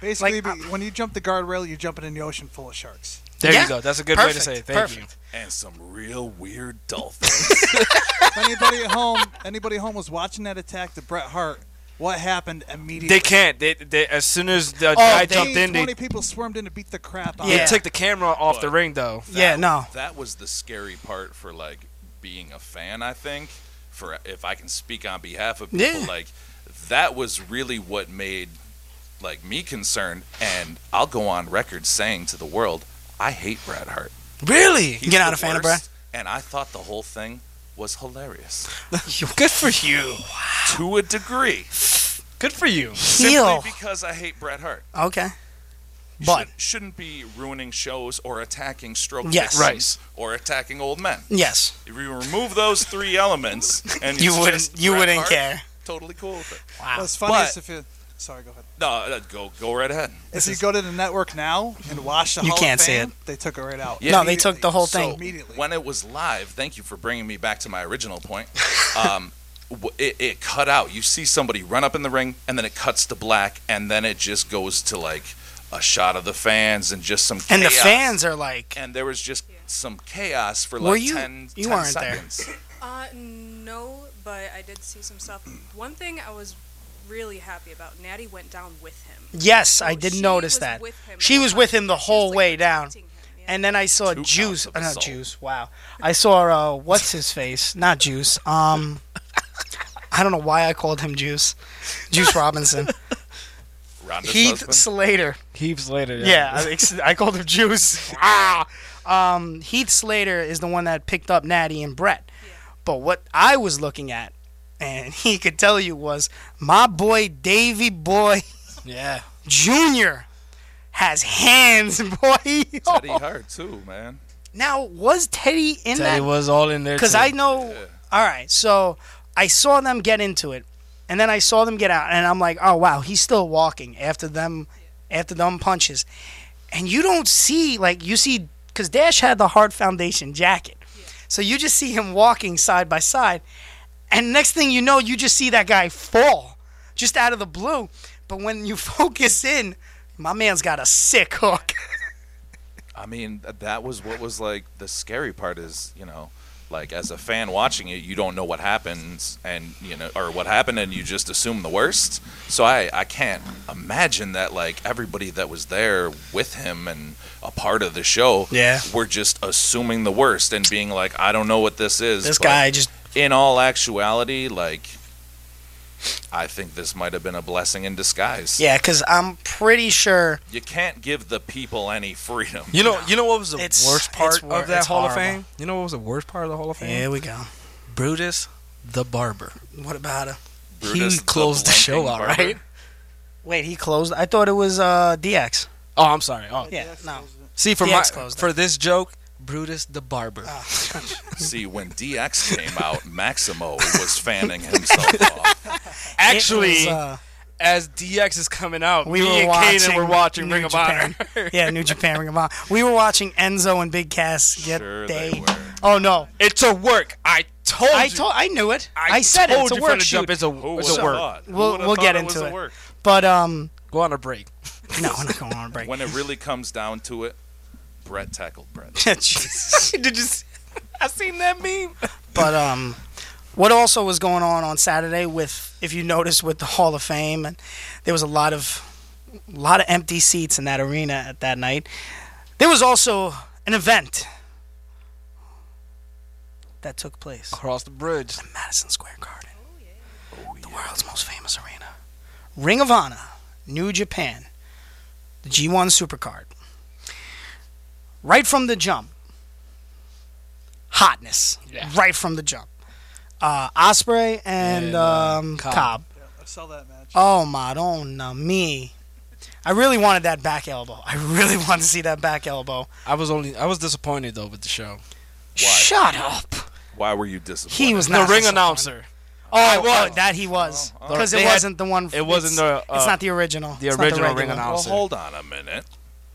S9: Basically,
S5: Like,
S9: be- when you jump the guardrail, you're jumping in the ocean full of sharks.
S6: There
S5: Yeah.
S6: you go. That's a good way to
S5: Perfect.
S6: say it. Thank you.
S5: Perfect.
S7: And some real weird dolphins.
S9: If anybody at home, anybody at home was watching that attack to Bret Hart, what happened immediately?
S6: They can't. They, they as soon as the guy
S9: 15,
S6: jumped in, they,
S9: 20 people swarmed in to beat the crap out.
S5: Oh, Yeah.
S6: they took the camera off the ring though.
S5: yeah, no.
S7: (laughs) that was the scary part for like being a fan. I think for if I can speak on behalf of people,
S5: Yeah.
S7: like that was really what made like me concerned. And I'll go on record saying to the world, I hate Bret Hart.
S6: Really?
S7: He's
S5: You're not
S7: the
S5: a fan of
S7: worst, And I thought the whole thing was hilarious
S6: Good for you.
S7: to a degree.
S6: Good for you.
S7: Simply because I hate Bret Hart.
S5: Okay.
S7: You
S5: But-
S7: should, not be ruining shows or attacking stroke
S5: Yes.
S7: victims or attacking old men.
S5: Yes.
S7: If you remove those three elements, and
S5: You
S7: it's
S5: wouldn't-
S7: just
S5: you
S7: Bret
S5: wouldn't
S7: Hart,
S5: care.
S7: Totally cool with it.
S9: What's funny
S7: But-
S9: is if you. Sorry, go ahead.
S7: No, no, go go right ahead.
S9: If you go to the network now and watch the
S5: You
S9: Hall of
S5: can't see
S9: Fame, They took it right out.
S7: Yeah. No,
S5: they took the whole thing.
S9: immediately.
S7: When it was live, thank you for bringing me back to my original
S5: (laughs)
S7: point. Um, w- it, it cut out. You see somebody run up in the ring, and then it cuts to black, and then it just goes to like a shot of the fans and just some chaos.
S5: And the fans are like,
S7: And there was just some chaos for like
S5: Were you-
S7: 10,
S5: you
S7: 10
S5: weren't there.
S7: seconds.
S8: Uh, no, but I did see some stuff. One thing I was really happy about: Natty went down with him.
S5: yes,
S8: So
S5: I did
S8: Oh, she
S5: notice
S8: was
S5: that.
S8: with him the
S5: She
S8: whole
S5: was
S8: time.
S5: with him the
S8: She was,
S5: whole
S8: like,
S5: way down.
S8: protecting him, yeah.
S5: And then I saw
S7: Two counts
S5: Juice.
S7: of
S5: Uh, not
S7: assault.
S5: Juice. Wow. I saw uh, what's his face? Not Juice. Um, I don't know why I called him Juice. Juice
S7: (laughs)
S5: Robinson.
S7: Rhonda's
S5: Heath
S7: husband?
S5: Slater.
S6: Heaps later.
S5: Yeah, I, ex- I called him
S7: (laughs)
S5: Juice. ah! um, Heath Slater is the one that picked up Natty and Brett. But what I was looking at, and (laughs) he could tell you, was my boy Davy Boy
S6: (laughs) Yeah.
S5: Jr. has hands, (laughs) boy.
S7: Teddy
S5: (laughs)
S7: Hart too, man.
S5: Now, was Teddy in
S6: Teddy
S5: that?
S6: was all in there.
S5: Because
S6: too.
S5: I know. All right, so I saw them get into it, and then I saw them get out, and I'm like, oh wow, he's still walking after them, after them punches, and you don't see like you see because Dash had the hard foundation jacket, so you just see him walking side by side, and next thing you know, you just see that guy fall just out of the blue, but when you (laughs) focus in, my man's got a sick hook.
S7: I mean, th- that was what was like the scary part is, you know, like as a fan watching it, you don't know what happens and, you know, or what happened and you just assume the worst. So I, I can't imagine that like everybody that was there with him and a part of the show
S5: Yeah.
S7: were just assuming the worst and being like, I don't know what this is.
S5: (laughs) This
S7: but
S5: guy just
S7: In all actuality, like, I think this might have been a blessing in disguise.
S5: yeah, because I'm pretty sure
S7: You can't give the people any freedom.
S6: You know, you know what was the
S5: It's-
S6: worst part
S5: it's wor-
S6: of that
S5: it's
S6: Hall of
S5: horrible.
S6: Fame? You know what was the worst part of the Hall of Fame?
S5: here we go.
S6: Brutus the Barber.
S5: What about him?
S7: Brutus
S6: he closed the, show
S7: blinking
S6: out,
S7: barber.
S6: right?
S5: Wait, he closed. I thought it was uh, DX.
S6: Oh, I'm sorry. Oh,
S5: Yeah, no.
S6: see for my
S5: DX closed it. Oh.
S6: for this joke, Brutus the Barber.
S7: See, when DX
S5: (laughs)
S7: came out, Maximo was fanning himself off.
S6: Actually,
S5: It was, uh,
S6: as DX is coming out,
S5: we
S6: me
S5: were
S6: and
S5: watching.
S6: Kanan were watching
S5: New
S6: Ring of
S5: Japan. (laughs)
S6: Honor. (laughs)
S5: yeah, New Japan Ring of Honor. We were watching Enzo and Big Cass get
S7: Sure
S5: they.
S7: they were.
S5: Oh no!
S6: It's a work. I told
S5: I
S6: you.
S5: told. I knew it.
S6: I,
S5: I, said it.
S6: told
S5: It's a
S6: you
S5: work
S6: from the jump.
S5: shoot.
S6: It's a, it's a work.
S5: We'll we'll get into it. But um,
S6: Go on a break.
S5: no, I'm not going on a
S6: (laughs)
S5: break.
S7: When it really comes down to it, Brett tackled Brett.
S5: (laughs) Jesus.
S6: (laughs) Did you? See, I seen that (laughs) meme.
S5: But um, what also was going on on Saturday with, if you noticed, with the Hall of Fame, and there was a lot of, a lot of empty seats in that arena at that night. There was also an event that took place
S6: Cross the bridge.
S5: at Madison Square Garden,
S9: Oh,
S5: the world's most famous arena. Ring of Honor, New Japan, the G1 Supercard. Right from the jump, hotness. Right from the jump. Uh, Osprey and,
S6: And, uh,
S5: um, Cobb.
S6: Cobb.
S9: I saw that match.
S5: Oh, Madonna me. I really wanted that back elbow. I really (laughs) wanted to see that back elbow.
S6: I was only. I was disappointed though with the show.
S5: Shut up.
S7: Why were you disappointed?
S5: He was
S6: The
S5: not
S6: ring
S5: disappointed.
S6: announcer.
S5: Oh, oh, that he was because
S6: They
S5: it
S6: had-
S5: wasn't the one.
S6: it wasn't
S5: it's-
S6: the, uh,
S5: it's not the original.
S6: the
S5: It's not
S6: original ring
S5: regular.
S6: announcer.
S7: Well, hold
S6: Awesome.
S7: on a minute.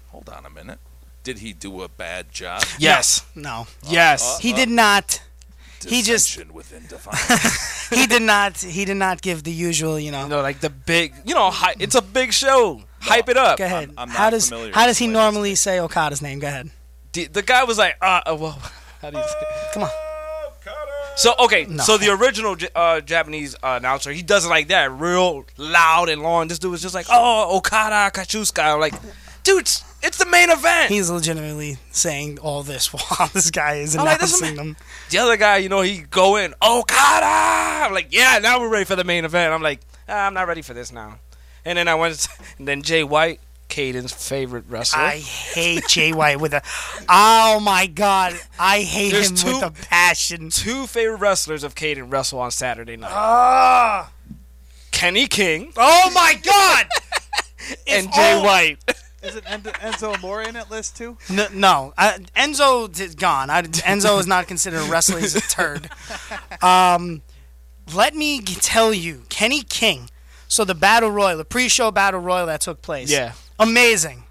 S7: Hold on a minute. Did he do a bad job?
S6: Yes. Uh,
S5: No,
S6: Yes.
S5: he did not. He just-
S7: Dissension within
S5: (laughs)
S7: Divine.
S5: He did not. He did not give the usual. You know.
S6: You know, like the big. You know, hi, it's a big show. Hype it up.
S5: Go ahead.
S7: I'm- I'm
S5: how
S7: not
S5: does
S7: familiar
S5: how
S7: with
S5: does he
S7: Slayer's
S5: normally say Okada's name? Go ahead.
S6: The, the guy was like, uh, uh well, how do you say?
S5: Come on.
S6: So okay, so the original J- uh, Japanese uh, announcer, he does it like that, real loud and long. This dude was just like, "Oh, Okada, Kachuska." I'm like, dude, it's, it's the main event.
S5: He's legitimately saying all this (laughs) while this guy is
S6: I'm like, this
S5: announcing
S6: man-
S5: them.
S6: the other guy, you know, he go in, Okada. I'm like, yeah, now we're ready for the main event. I'm like, ah, I'm not ready for this now. And then I went, (laughs) and then Jay White, Caden's favorite wrestler.
S5: I hate Jay White with a. Oh my God! I hate
S6: There's
S5: him
S6: two-
S5: with a passion.
S6: Two favorite wrestlers of Caden wrestle on Saturday night.
S5: Ah,
S6: Kenny King
S11: Oh my God!
S6: and Jay
S5: Oh.
S9: (laughs)
S6: White.
S9: Isn't En- Enzo Amore in that list too?
S5: No, no. I, Enzo is gone. I, Enzo is not considered a wrestler. He's a turd. Um, let me g- tell you, Kenny King. So the battle royal, the pre-show battle royal that took place.
S6: Yeah.
S5: amazing.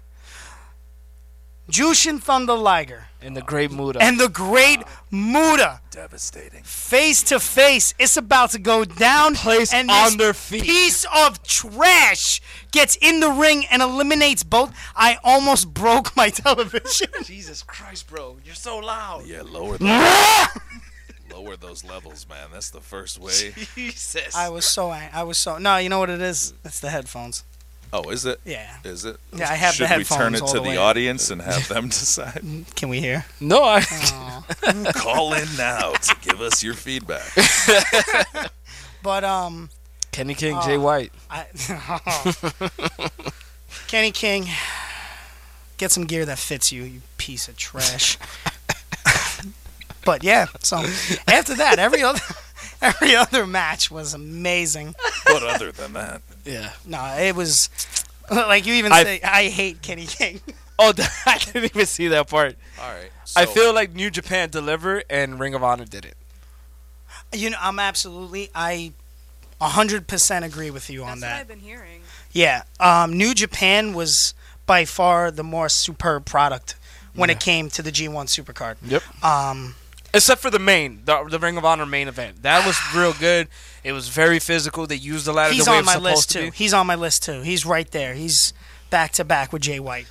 S5: Jushin Thunder Liger
S6: And the Great Muda.
S5: and the Great Muda
S7: Devastating.
S5: face to face. It's about to go down.
S6: Place
S5: and
S6: on
S5: this
S6: their feet.
S5: Piece of trash gets in the ring and eliminates both. I almost (laughs) broke my (laughs) television.
S6: Jesus Christ, bro, you're so loud.
S7: Yeah, lower those,
S5: (laughs)
S7: lower those levels, man. That's the first way.
S6: Jesus.
S5: I was so ang- I was so no. You know what it is? It's the headphones.
S7: Oh, is it?
S5: Yeah.
S7: Is it?
S5: Yeah, I have the
S7: Should we turn
S5: headphones
S7: it
S5: all
S7: to
S5: the
S7: the,
S5: way.
S7: audience and have them (laughs) decide?
S5: (laughs) Can we hear?
S6: no, I. (laughs)
S7: Call in now to give us your feedback.
S5: But um,
S6: Kenny King, Jay White.
S5: (laughs) I Kenny King, get some gear that fits you, you piece of trash. (laughs) but yeah, so after that, every other (laughs) every other match was amazing.
S7: But other than that,
S6: Yeah.
S5: No, it was (laughs) like you even
S6: I-
S5: say, I hate Kenny King.
S6: Oh, (laughs) I didn't even see that part.
S7: all right.
S6: I
S7: so-
S6: feel like New Japan delivered and Ring of Honor did it.
S5: (laughs) You know, I'm absolutely I. 100% agree with you on
S8: That's what
S5: that.
S8: I've been hearing.
S5: Yeah, um, New Japan was by far the more superb product when it came to the G1 Supercard.
S6: Yep.
S5: Um,
S6: Uh, Except for the main, the, the Ring of Honor main event.
S5: (sighs)
S6: That was real good. It was very physical. They used the ladder
S5: he's
S6: the way
S5: on
S6: it was
S5: my
S6: supposed
S5: list
S6: to
S5: too.
S6: be.
S5: He's on my list too. He's right there. He's back to back with Jay
S6: (laughs)
S5: White.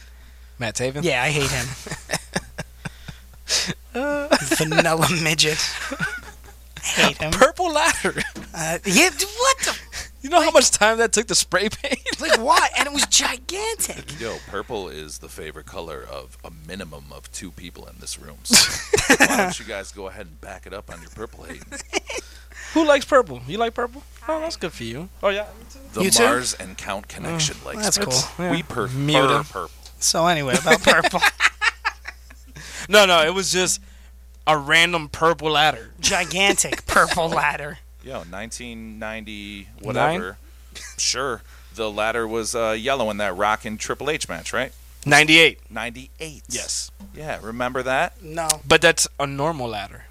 S6: Matt Taven.
S5: Yeah, I hate
S6: (laughs)
S5: him. Vanilla
S6: (laughs)
S5: midget. hate him.
S6: Purple ladder. (laughs)
S5: Uh, yeah, d- what the?
S6: You know how much time that took to spray paint?
S5: (laughs) Like why? And it was gigantic.
S7: Yo, purple is the favorite color of a minimum of two people in this room. So why don't you guys go ahead and back it up on your purple hate?
S6: Who likes purple? You like purple? Oh, that's good for you. Oh yeah.
S7: The
S5: You too? Mm,
S7: Mars and Count connection likes
S5: that's
S7: purple.
S5: cool.
S7: We prefer
S6: Muted.
S7: purple.
S5: So anyway, about purple,
S6: No, no, it was just a random purple ladder.
S5: (laughs) gigantic purple ladder.
S7: Yo, 1990, whatever. Sure. The latter was uh, yellow in that Rock and Triple H match, right?
S6: (laughs) Ninety-eight.
S7: 98.
S6: Yes.
S7: Yeah, remember that?
S5: No.
S6: But that's a normal ladder.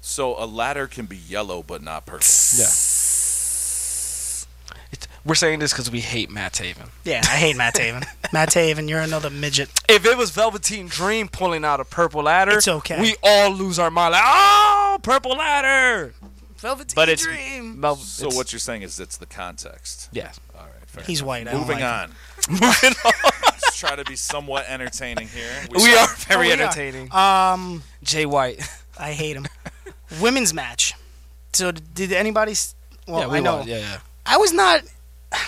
S7: So a ladder can be yellow but not purple.
S6: Yeah. It's, we're saying this because we hate Matt Taven.
S5: Yeah, I hate Matt Taven. Matt Taven, you're another midget.
S6: If it was Velveteen Dream pulling out a purple ladder,
S5: It's okay.
S6: We all lose our mind. Like, oh, purple ladder.
S5: Velveteen
S6: But it's
S5: Dream.
S6: Mel-
S7: So
S6: it's-
S7: what you're saying is it's the context.
S6: Yeah.
S7: All right, fair
S5: He's white. I don't
S6: Oh
S7: Moving
S5: like him.
S7: on.
S6: (laughs) Moving on.
S7: Let's try to be somewhat entertaining here.
S6: We are
S5: Oh, Um,
S6: very
S5: we are.
S6: entertaining. Jay White.
S5: I hate him. Women's match. So d- did anybody? s- Well,
S6: yeah, we
S5: (laughs) I know.
S6: won. Yeah, yeah.
S5: I was not.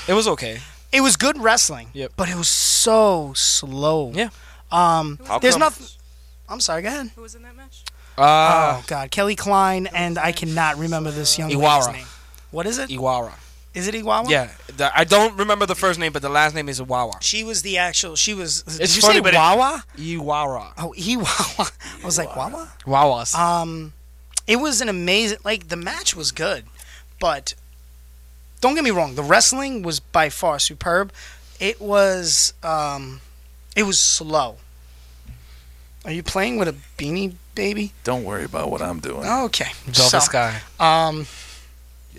S6: It was okay.
S5: It was good wrestling.
S6: Yep.
S5: But it was so slow.
S6: Yeah.
S5: Um.
S7: How
S5: There's
S7: come-
S5: nothing. I'm sorry. Go ahead.
S8: Who was in that match?
S6: Uh,
S5: Oh God, Kelly Klein and I cannot remember this young lady's
S6: Iwara.
S5: name. What is it?
S6: Iwara.
S5: Is it Iwawa?
S6: Yeah, the, I don't remember the first name, but the last name is Iwawa.
S5: She was the actual. She was. did you
S6: funny,
S5: say
S6: but it-
S5: Wawa?
S6: Iwara.
S5: oh, (laughs) Iwawa. I was like Wawa.
S6: Wawas.
S5: Um, it was an amazing. Like the match was good, but don't get me wrong. The wrestling was by far superb. It was. Um, it was slow. Are you playing with a beanie baby?
S7: Don't worry about what I'm doing.
S5: Okay.
S6: Velvet
S5: So,
S6: Sky.
S5: um.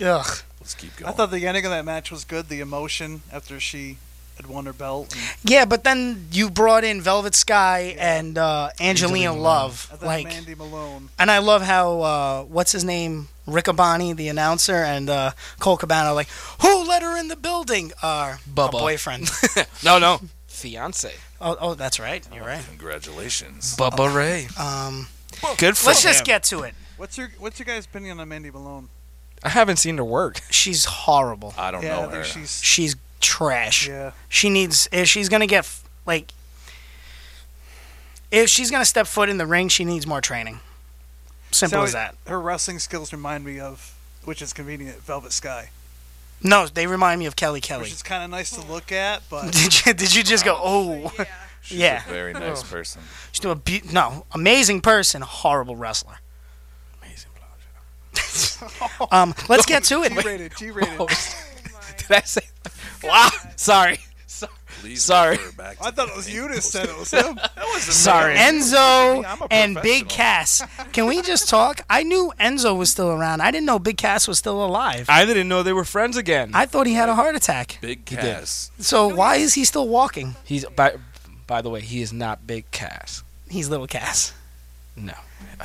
S5: Ugh.
S7: Let's keep
S9: I
S7: going.
S9: thought the ending of that match was good. The emotion after she had won her belt. and
S5: Yeah, but then you brought in Velvet Sky and uh, Angelina,
S6: Angelina
S5: Love,
S9: I thought
S5: like,
S9: Mandy Malone.
S5: and I love how uh, what's his name, Riccaboni, the announcer, and uh, Cole Cabana, like, who let her in the building? Uh,
S6: Bubba.
S5: a boyfriend. (laughs)
S6: no, no. Fiance.
S5: oh, oh, that's right. You're right.
S7: Congratulations.
S6: Bubba Ray.
S5: Um,
S6: Good for
S5: let's
S6: him.
S5: just get to it.
S9: What's your What's your guys' opinion on Mandy Malone?
S6: I haven't seen her work.
S5: She's horrible.
S7: I don't
S9: yeah,
S7: know
S9: I
S7: her.
S9: think she's.
S5: She's trash.
S9: Yeah.
S5: She needs. If she's gonna get f- like, if she's gonna step foot in the ring, she needs more training. Simple
S9: So
S5: as that.
S9: Her wrestling skills remind me of, which is convenient, Velvet Sky,
S5: No, they remind me of Kelly Kelly.
S9: which is kind of nice to look at,
S5: (laughs)
S9: but
S5: Did you did you just go? Oh,
S8: Yeah.
S7: She's
S5: yeah.
S7: a very
S6: Oh.
S7: nice person.
S5: she's a be- no amazing person, horrible wrestler.
S6: Amazing
S5: (laughs)
S9: (laughs)
S5: Um, let's get to it.
S9: G-rated, G-rated.
S8: Oh my.
S6: That's it. Wow. Sorry. So- Sorry.
S9: I thought it was you that said it was him.
S5: Sorry.
S9: I'm a
S5: Enzo and Big
S9: professional.
S5: Cass. Can we just talk? I knew Enzo was still around. I didn't know Big Cass was still alive.
S6: I didn't know they were friends again.
S5: I thought he had a heart attack.
S7: Big Cass.
S5: So why is he still walking?
S6: He's by. By the way, he is not Big Cass.
S5: He's little Cass.
S6: No,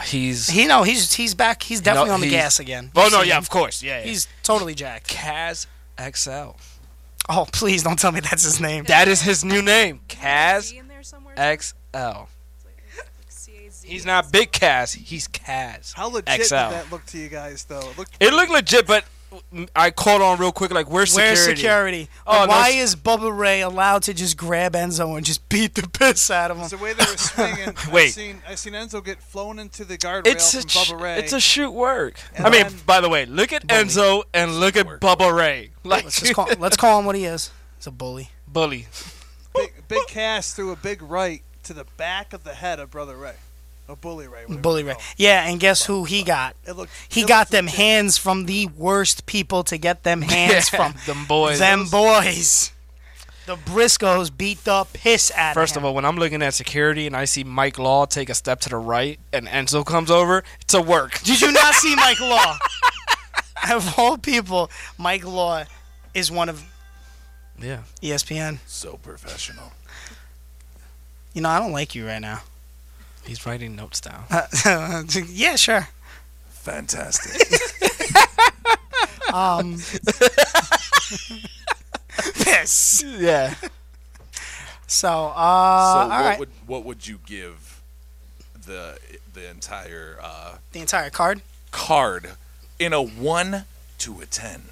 S6: he's.
S5: He no, he's he's back. He's definitely
S6: No,
S5: on the
S6: he's-
S5: gas again.
S6: oh no! Yeah, of course. Yeah, yeah.
S5: He's totally jacked.
S6: Kaz XL.
S5: Oh, please don't tell me that's his name.
S6: That is his new name,
S8: Is
S6: Kaz
S8: he in there somewhere?
S6: XL.
S8: C-A-Z.
S6: He's not Big Kaz. He's Kaz.
S9: How legit
S6: XL.
S9: did that look to you guys, though? It looked
S6: It looked legit, but I caught on real quick. Like, where's security?
S5: Where's security?
S6: Oh,
S5: Like,
S6: no
S5: why
S6: s-
S5: is Bubba Ray allowed to just grab Enzo and just beat the (laughs) piss out of him?
S9: the way
S6: (laughs)
S9: they were swinging. I
S6: Wait.
S9: seen I seen Enzo get flown into the guardrail
S6: It's a
S9: from Bubba
S6: sh-
S9: Ray.
S6: it's a shoot work.
S9: And
S6: I mean,
S9: then-
S6: by the way, look at Enzo and look at Bubba Ray. Like,
S5: Let's just call, let's call him what he is. He's a bully.
S6: (laughs) bully.
S9: big, big cast threw a big right to the back of the head of Brother Ray, a bully Ray. whatever
S5: Bully
S9: you
S6: Oh.
S5: Ray.
S9: call him.
S5: Yeah, and guess who he got?
S9: It looked.
S5: He
S9: it
S5: got
S9: looked
S5: them
S9: legit.
S5: hands from the worst people to get them hands
S6: (laughs) Yeah,
S5: from.
S6: them boys.
S5: Them boys. The Briscoes beat the piss out
S6: First
S5: of
S6: of
S5: him.
S6: all, when I'm looking at security and I see Mike Law take a step to the right and Enzo comes over, it's a work. (laughs)
S5: Did you not see Mike Law? of all people, Mike Law is one of E
S6: Yeah.
S5: ESPN.
S7: So professional.
S5: You know, I don't like you right now.
S6: He's writing notes down.
S5: Uh, (laughs) yeah, sure.
S6: (laughs)
S7: Fantastic.
S5: Um, piss.
S6: yeah.
S5: (laughs) So, uh,
S7: so what
S5: all right.
S7: would what would you give the the entire uh,
S5: the entire card,
S7: card in a one to a ten?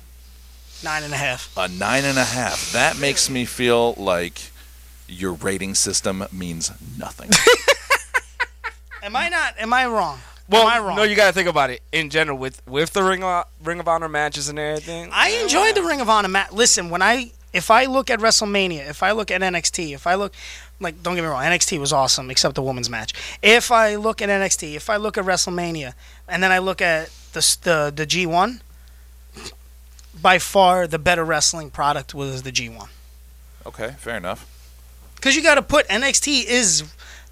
S5: nine and a half.
S7: A nine and a half. That makes me feel like your rating system means
S5: (laughs)
S7: nothing.
S5: Am I not? Am I wrong?
S6: Well,
S5: am I wrong?
S6: no, you got to think about it in general with with the Ring of, Ring of Honor matches and everything.
S5: I enjoyed the Ring of Honor match. Listen, when I if I look at WrestleMania, if I look at NXT, if I look like don't get me wrong, NXT was awesome except the women's match. If I look at NXT, if I look at WrestleMania, and then I look at the s- the, the G1, by far the better wrestling product was the G1.
S7: okay, fair enough.
S5: Cuz you got to put NXT is E.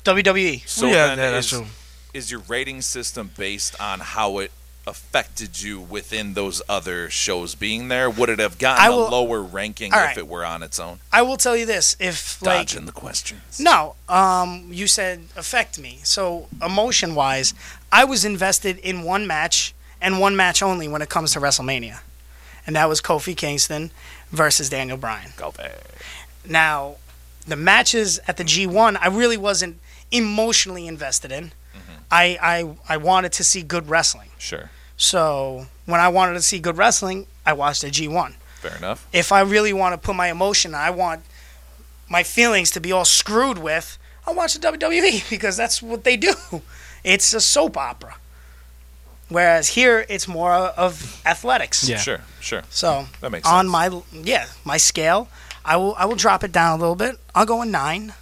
S5: WWE.
S7: So
S6: yeah,
S7: then
S6: yeah,
S7: is,
S6: that's true.
S7: Is your rating system based on how it affected you within those other shows being there? Would it have
S5: I
S7: gotten
S5: will-
S7: a lower ranking
S5: All
S7: if
S5: right.
S7: it were on its own?
S5: I will tell you this, if like
S7: Dodging the questions.
S5: No, um, you said affect me. So emotion wise, I was invested in one match and one match only when it comes to WrestleMania, and that was Kofi Kingston versus Daniel Bryan.
S7: Go back.
S5: Now, the matches at the G1, I really wasn't emotionally invested in. I, I I wanted to see good wrestling.
S7: Sure.
S5: So when I wanted to see good wrestling, I watched a G1
S7: Fair enough.
S5: if I really want to put my emotion, I want my feelings to be all screwed with, I'll watch the WWE (laughs) because that's what they do. It's a soap opera. Whereas here, it's more of athletics.
S6: Yeah.
S7: Sure, sure.
S5: So
S7: That makes
S5: on
S7: sense.
S5: my yeah my scale, I will I will drop it down a little bit. I'll go a nine.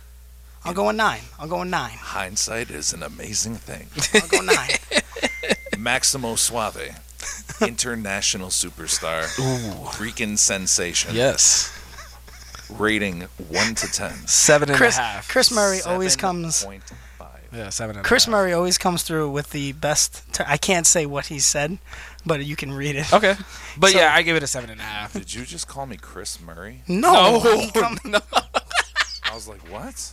S5: I'll go a nine. I'll go a nine.
S7: Hindsight is an amazing thing.
S6: (laughs)
S5: I'll go
S7: (laughs)
S5: a nine.
S7: Maximo Suave, international superstar, Greekin sensation,
S6: Yes.
S7: rating 1 to 10.
S6: Seven and a half.
S5: Chris Chris Murray always comes.
S7: 7.5.
S6: Yeah, seven and a
S5: Chris
S6: half.
S5: Murray always comes through with the best. Ter- I can't say what he said, but you can read it.
S7: Oh,
S6: Okay. But
S5: So-
S6: yeah, I give it a seven and
S5: (laughs)
S6: a half.
S7: Did you just call me Chris Murray?
S5: No,
S6: No.
S5: he come- no,
S7: I was like, what?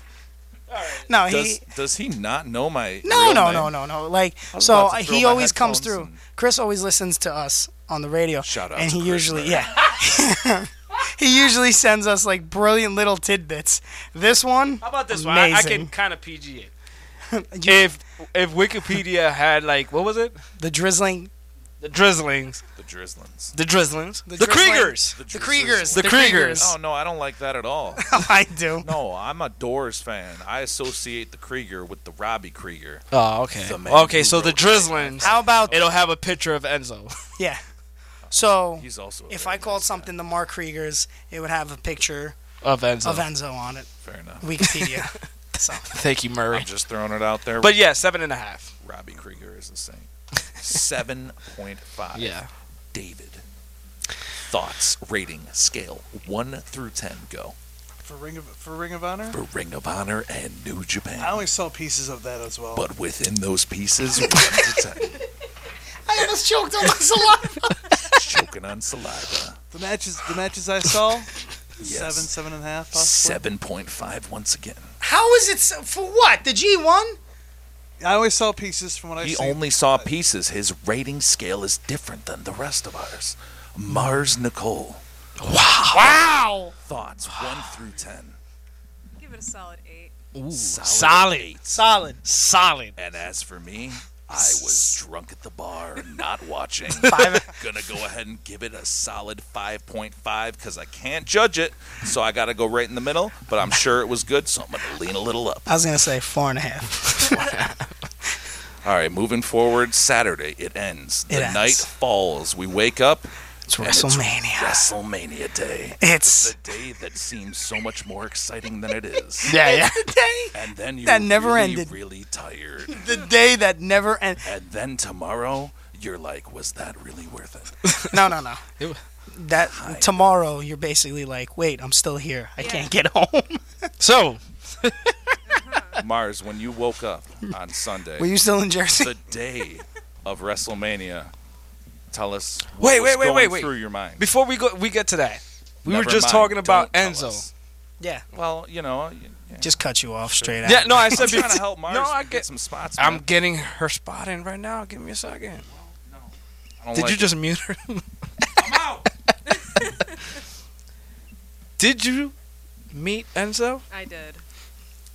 S5: no,
S7: Does,
S5: he,
S7: does he not know my.
S5: no,
S7: real
S5: no,
S7: name?
S5: no, no, no. Like,
S7: I was
S5: so
S7: about to throw
S5: he
S7: my
S5: always comes
S7: headphones
S5: through.
S7: and-
S5: Chris always listens to us on the radio,
S7: Shout out
S5: and
S7: to
S5: he
S7: Chris
S5: usually,
S7: Murray.
S5: yeah, (laughs) he usually sends us like brilliant little tidbits. This one,
S6: How about this one? I, I
S5: amazing.
S6: can kind of PG
S5: (laughs)
S6: it. if if Wikipedia had like what was it?
S5: The drizzling,
S6: The drizzlings,
S7: The Drizzlins.
S6: the drizzlings,
S5: drizzling-
S6: the, Kriegers.
S5: the Kriegers,
S6: The Kriegers.
S7: Oh, no, I don't like that at
S5: (laughs)
S7: all.
S5: I do.
S7: No, I'm a Doors fan. I associate the Krieger with the Robbie Krieger.
S6: Oh, okay.
S7: The man
S6: Okay,
S7: who
S6: so the
S7: wrote
S6: drizzlings.
S5: How about
S6: It'll have a picture of Enzo.
S5: yeah? So
S7: He's also. a
S5: if
S7: very
S5: I called
S7: nice guy.
S5: something the Mark Kriegers, it would have a picture
S6: (laughs) of Enzo.
S5: of Enzo on it.
S7: Fair enough. (laughs)
S5: Wikipedia. so
S6: Thank you, Murray.
S7: I'm just throwing it out there.
S6: But yeah, seven and a half.
S7: Robbie
S6: (laughs)
S7: Krieger is insane. 7.5.
S6: Yeah.
S7: David. thoughts, rating, scale, 1 through 10, go.
S9: for Ring of for Ring of Honor.
S7: For Ring of Honor and New
S9: I
S7: Japan.
S9: only saw pieces of that as well.
S7: But within those
S9: (laughs)
S7: pieces, 1 to 10.
S11: I almost choked on my saliva.
S7: Choking on saliva.
S9: the matches, the matches
S6: (laughs)
S9: I saw,
S7: Yes.
S9: seven, seven and a half, possibly.
S7: 7.5 once again.
S11: How is it so, for what? The G1?
S9: I only saw pieces from what I
S7: He
S9: seen.
S7: only saw pieces. His rating scale is different than the rest of ours. Mars Nicole. Wow.
S11: Wow.
S7: Thoughts 1 through 10.
S8: Give it a solid eight.
S7: Solid.
S6: Solid.
S11: Solid.
S6: Solid.
S7: And as for me, I was drunk at the bar, not
S5: (laughs)
S7: watching. Gonna go ahead and give it a solid 5.5 because I can't judge it. So I gotta go right in the middle, but I'm sure it was good, so I'm gonna lean a little up.
S5: I was gonna say four and a half. (laughs)
S7: All right, moving forward, Saturday, it ends.
S5: It
S7: the
S5: ends.
S7: night falls. We wake up.
S5: It's
S7: and it's
S5: WrestleMania.
S7: WrestleMania Day.
S5: It's
S7: The day that seems so much more exciting than it
S6: (laughs)
S7: is.
S5: yeah, yeah.
S7: And then you're
S5: That never
S7: really,
S5: ended.
S7: really tired.
S5: (laughs) the day that never ends.
S7: And then tomorrow, you're like, was that really worth
S6: (laughs)
S7: it?
S5: No, no, no. That tomorrow you're basically like, wait, I'm still here. I can't get home.
S6: So
S7: Mars, when you woke up on Sunday,
S5: Were you still in Jersey?
S7: the day of WrestleMania, tell us what
S6: Wait,
S7: was
S6: wait, wait,
S7: going
S6: wait, wait.
S7: through your mind.
S6: before we go, we get to that. We
S7: Never
S6: were just
S7: mind,
S6: talking about
S7: don't tell
S6: Enzo.
S7: us.
S5: Yeah.
S7: Well, you
S6: (laughs)
S7: know, you- yeah.
S5: (laughs) Just cut you off straight out.
S6: Yeah, no, I
S7: I'm
S6: said
S7: trying
S6: before.
S7: to help Mars
S6: No, I
S7: get,
S6: get-
S7: some spots.
S6: I'm
S7: man.
S6: getting her spot in right now. Give me a second.
S7: I
S9: Oh
S7: don't
S6: Did
S7: like
S6: you just mute
S9: (laughs)
S6: her? (laughs) Did you meet Enzo?
S8: I did.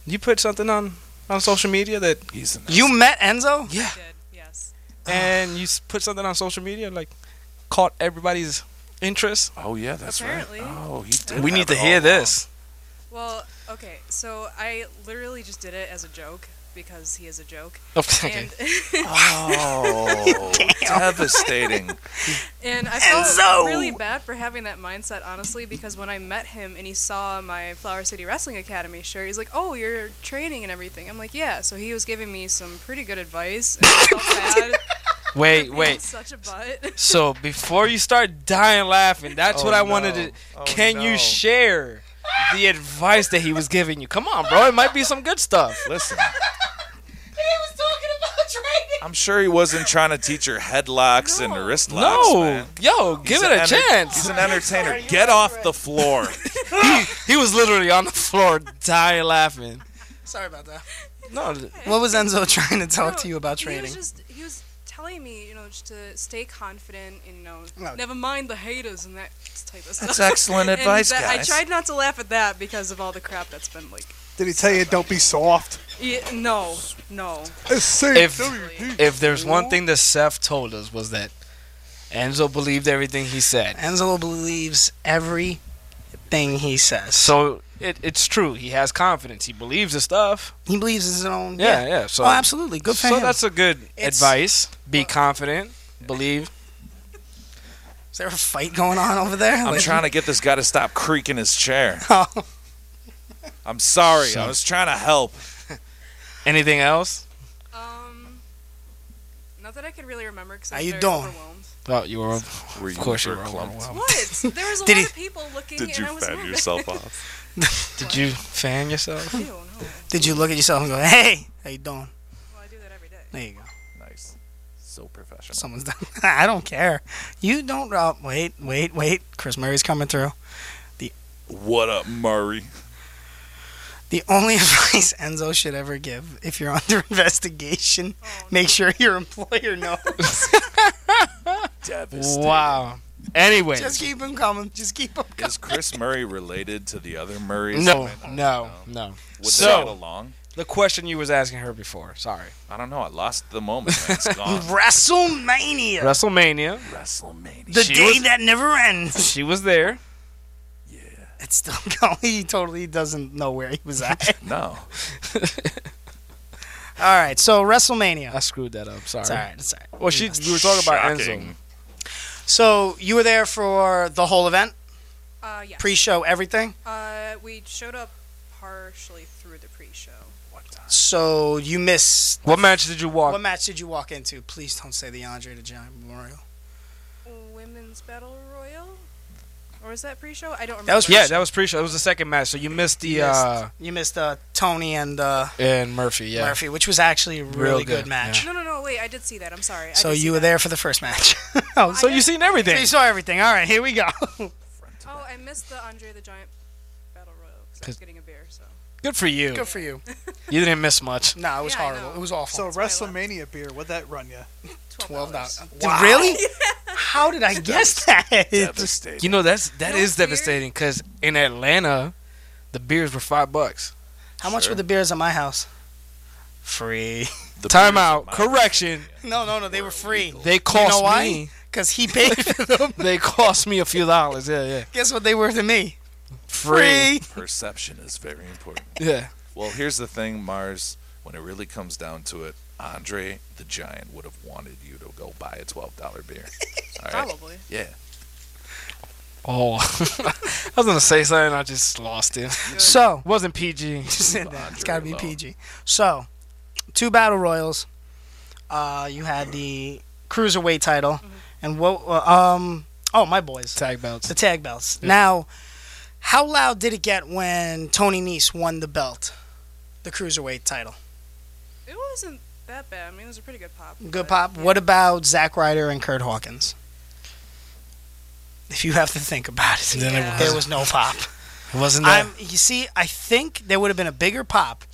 S6: You put something on on social media that
S7: it. He's
S6: (laughs)
S7: in there.
S5: You met Enzo?
S6: yeah,
S8: I did. Yes.
S6: and you s- put something on social media like caught everybody's interest.
S7: Oh yeah, that's
S8: Apparently.
S7: right. Oh, he did.
S6: We
S7: have
S6: need to
S7: it all (laughs)
S6: hear this.
S8: Well, okay. So I literally just did it as a joke because he is a joke.
S6: Okay.
S8: And
S7: Oh, devastating.
S8: and I felt
S5: Enzo!
S8: really bad for having that mindset, honestly, because when I met him and he saw my Flower City Wrestling Academy shirt, he's like, "Oh, you're training and everything." I'm like, "Yeah." So he was giving me some pretty good advice. And I felt bad.
S6: Wait, (laughs)
S8: being
S6: wait.
S8: Such a butt.
S6: So before you start dying laughing, that's
S7: Oh,
S6: what I
S7: no.
S6: wanted to.
S7: Oh,
S6: can
S7: no.
S6: you share the advice that he was giving you? Come on, bro. It might be some good stuff.
S7: Listen. He was talking about training. I'm sure he wasn't trying to teach her headlocks and wrist locks.
S6: no,
S7: man.
S6: yo,
S7: He's
S6: give it a
S7: an enter- He's
S6: chance.
S7: an entertainer. Get off the (laughs) floor.
S6: He was literally on the floor dying laughing.
S5: Sorry about that.
S6: No,
S5: What was Enzo trying to talk
S8: No,
S5: to you about
S8: He
S5: training?
S8: was just he was telling me, you know, just to stay confident and you know,
S5: No.
S8: never mind the haters and that type of stuff.
S7: That's excellent
S8: (laughs) And
S7: advice,
S8: that- I
S7: guys.
S8: tried not to laugh at that because of all the crap that's been like.
S9: Did he tell you don't be soft?
S8: Yeah, no, no.
S6: if if there's one thing that Seth told us was that Enzo believed everything he said.
S5: Enzo believes everything he says.
S6: So it, it's true. He has confidence. He believes the stuff.
S5: he believes his own.
S6: Yeah, yeah. So
S5: oh, absolutely. Good for
S6: so
S5: him.
S6: that's a good
S5: It's-
S6: advice. Be confident. Believe.
S5: Is there a fight going on over there?
S7: I'm
S5: Like- (laughs)
S7: trying to get this guy to stop creaking his chair. I'm sorry. I was trying to help.
S6: Anything else?
S8: Um, not that I can really remember because I
S5: How
S8: was
S5: you
S8: very
S5: doing?
S8: overwhelmed.
S6: Oh, you were.
S7: Were
S6: Of course you were.
S8: What? There was a
S5: Did
S8: lot
S5: he-
S8: of people looking,
S7: Did you
S8: and I was
S7: fan
S8: nervous. (laughs)
S7: yourself off?
S6: Did you fan yourself?
S8: Ew, no. Well,
S5: Did you look at yourself and go, hey, how you doing?
S8: I do that every day.
S5: There you go.
S7: Nice. So professional.
S5: Someone's done. (laughs) I don't care. You don't. Uh, wait, wait, wait. Chris Murray's coming through.
S7: What up, Murray?
S5: The only (laughs) advice Enzo should ever give if you're under (laughs) investigation, make sure your employer knows.
S7: Devastating.
S6: Wow. Anyway.
S5: Just keep him coming. Just keep him coming.
S7: Is Chris Murray related to the other Murrays?
S6: No, no, no.
S7: Would
S6: So-
S7: they get along?
S6: The question you was asking her before. Sorry.
S7: I don't know. I lost the moment. man. It's gone.
S5: WrestleMania,
S6: WrestleMania.
S7: WrestleMania.
S5: the
S6: she
S5: day
S6: was-
S5: that never ends.
S6: She was there.
S5: It's still (laughs) going. He totally doesn't know where he was at. (laughs)
S7: No.
S5: all right, so WrestleMania.
S6: I screwed that up. Sorry.
S5: It's all right. It's all right.
S6: Well, she we were talking about Enzo.
S7: Shocking.
S5: So you were there for the whole event,
S8: Uh, yeah.
S5: pre-show, everything.
S8: uh, we showed up partially through the pre-show.
S5: So you missed
S6: What match did you watch?
S5: What match did you walk into? Please don't say the Andre the Giant Memorial.
S8: Women's Battle Royal. Or was that pre-show? I don't remember.
S6: That was yeah, that was pretty sure. That was the second match. So you missed the
S5: You missed,
S6: uh
S5: you missed uh, Tony and uh,
S6: and Murphy. Yeah,
S5: Murphy, which was actually a really
S6: good,
S5: good, match.
S8: No, no, no. Wait, I did see that. I'm sorry. I
S5: So
S8: did see
S5: you were
S8: that.
S5: there for the first match. (laughs) oh,
S6: So you seen everything.
S5: so you saw everything. All right, here we go.
S8: Oh, I missed the Andre the Giant Battle Royal because I was getting a beer. So
S6: Good for you.
S5: Good for you.
S6: You didn't miss much.
S5: No, it was
S8: Yeah, I
S5: horrible.
S8: know.
S5: It was awful.
S9: So
S8: why I left.
S9: WrestleMania beer, what'd that run you?
S8: (laughs) twelve dollars.
S5: Dude,
S6: (laughs)
S5: Really? How did I guess that?
S6: You know that's that
S8: No
S6: is
S8: beer?
S6: devastating because in Atlanta, the beers were five bucks.
S5: How much were the beers at my house? Free.
S7: The
S6: (laughs) Time
S7: beers
S6: out.
S7: at
S6: (laughs)
S7: my-
S6: Correction.
S5: No, no, no. They were free.
S6: They cost
S5: know why?
S6: me. (laughs)
S5: Because he (laughs) paid for them.
S6: They cost me a few dollars. Yeah, yeah.
S5: Guess what they were to me?
S6: Free.
S7: Perception is very important.
S6: (laughs) Yeah.
S7: Well, here's the thing, Mars. When it really comes down to it, Andre the Giant would have wanted you to go buy a twelve dollar beer. All right.
S8: Probably.
S7: Yeah.
S6: Oh, (laughs) I was gonna say something. I just lost it.
S5: So,
S6: Wasn't (laughs) PG.
S5: it's got to be PG. So, two battle royals. Uh, you had the cruiserweight title, and what? um, oh, my boys.
S6: Mm-hmm. Tag belts.
S5: The tag belts. Now, how loud did it get when Tony Nese won the belt, the cruiserweight title?
S8: It wasn't that bad. I mean, it was a pretty good pop.
S5: Good
S6: Uh,
S8: but-
S5: pop. What about Zack Ryder and Kurt Hawkins? If you have to think about it,
S6: Then it
S8: Yeah.
S5: there was no pop.
S6: It (laughs) wasn't that.
S5: I'm, you see, I think there would have been a bigger pop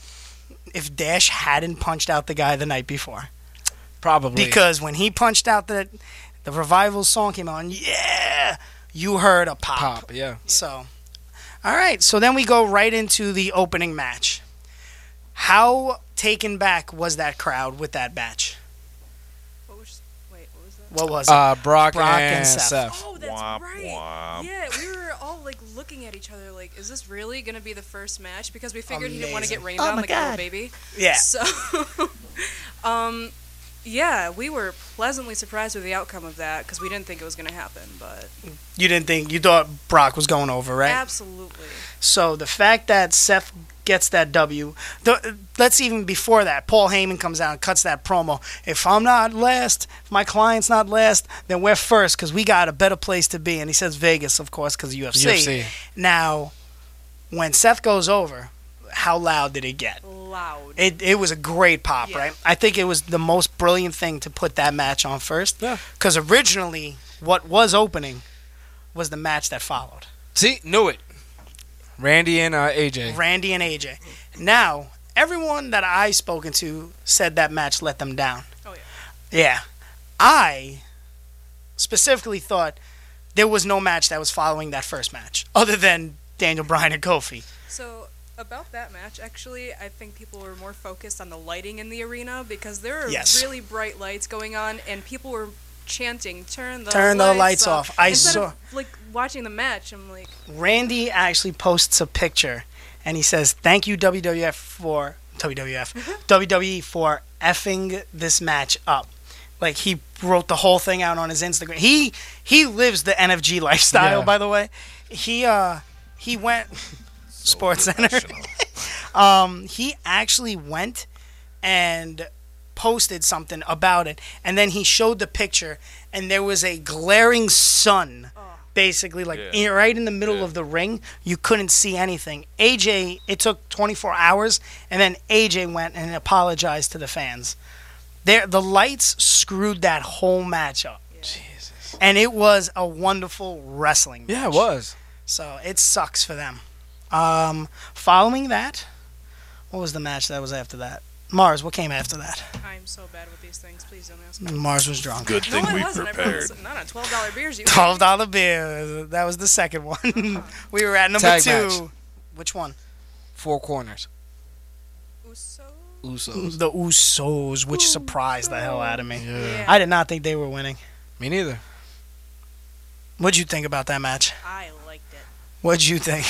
S5: if Dash hadn't punched out the guy the night before.
S6: probably
S5: Because when he punched out the the revival song came on, yeah, you heard a pop.
S6: pop. Yeah.
S5: So, all right. So then we go right into the opening match. How taken back was that crowd with that match?
S8: What was, wait, what was that?
S5: What was it?
S6: Uh, Brock,
S5: Brock
S6: and,
S5: and Seth.
S6: Seth.
S8: Oh, that's
S7: Womp
S8: right.
S7: womp.
S8: Yeah, we were all like looking at each other, like, is this really gonna be the first match? Because we figured he didn't want to
S5: Amazing. Oh
S8: get rained on like a little baby.
S5: yeah.
S8: So, (laughs) um, yeah, we were pleasantly surprised with the outcome of that because we didn't think it was gonna happen. But
S5: You didn't think you thought Brock was going over, right?
S8: absolutely,
S5: So the fact that Seth gets that W, the, let's even before that, Paul Heyman comes out and cuts that promo. If I'm not last, if my client's not last, then we're first because we got a better place to be. And he says Vegas, of course, because UFC.
S6: UFC.
S5: Now, when Seth goes over, how loud did it get?
S8: loud.
S5: It, it was a great pop,
S8: Yeah.
S5: right? I think it was the most brilliant thing to put that match on first.
S6: Yeah.
S5: Because originally, what was opening was the match that followed.
S6: See, knew it. Randy and uh, AJ.
S5: Randy and AJ. Now, everyone that I spoken to said that match let them down.
S8: Oh,
S5: yeah. Yeah. I specifically thought there was no match that was following that first match other than Daniel Bryan and Kofi.
S8: So about that match, actually, I think people were more focused on the lighting in the arena because there are
S5: Yes.
S8: really bright lights going on, and people were chanting, "Turn the
S5: Turn the
S8: lights
S5: lights
S8: off."
S5: off. I
S8: Instead of, like watching the match. I'm like,
S5: Randy actually posts a picture and he says, "Thank you WWF for WWF WWE E for effing this match up." Like he wrote the whole thing out on his Instagram. He he lives the NFG lifestyle,
S6: Yeah.
S5: by the way. He uh he went (laughs) Sports Center. (laughs) um he actually went and posted something about it and then he showed the picture and there was a glaring sun basically like in, right in the middle of the ring you couldn't see anything aj it took 24 hours and then aj went and apologized to the fans there the lights screwed that whole match up jesus and it was a wonderful wrestling match.
S6: Yeah, it was.
S5: so it sucks for them um following that what was the match that was after that mars what came after that
S8: I'm so bad with these things. Please don't ask. me.
S5: Mars was drunk.
S7: Good
S8: No,
S7: thing we
S8: I wasn't. I
S7: prepared.
S8: promise. Not on twelve dollar beers.
S5: (laughs)
S8: You
S5: Twelve dollar beer. That was the second one. (laughs) we were at number
S6: Tag
S5: two.
S6: match.
S5: Which one?
S6: Four corners.
S8: Uso?
S6: Usos.
S5: The Usos, which surprised the hell out of me.
S8: Yeah.
S5: I did not think they were winning.
S6: Me neither.
S5: What'd you think about that match?
S8: I liked it.
S5: What'd you think?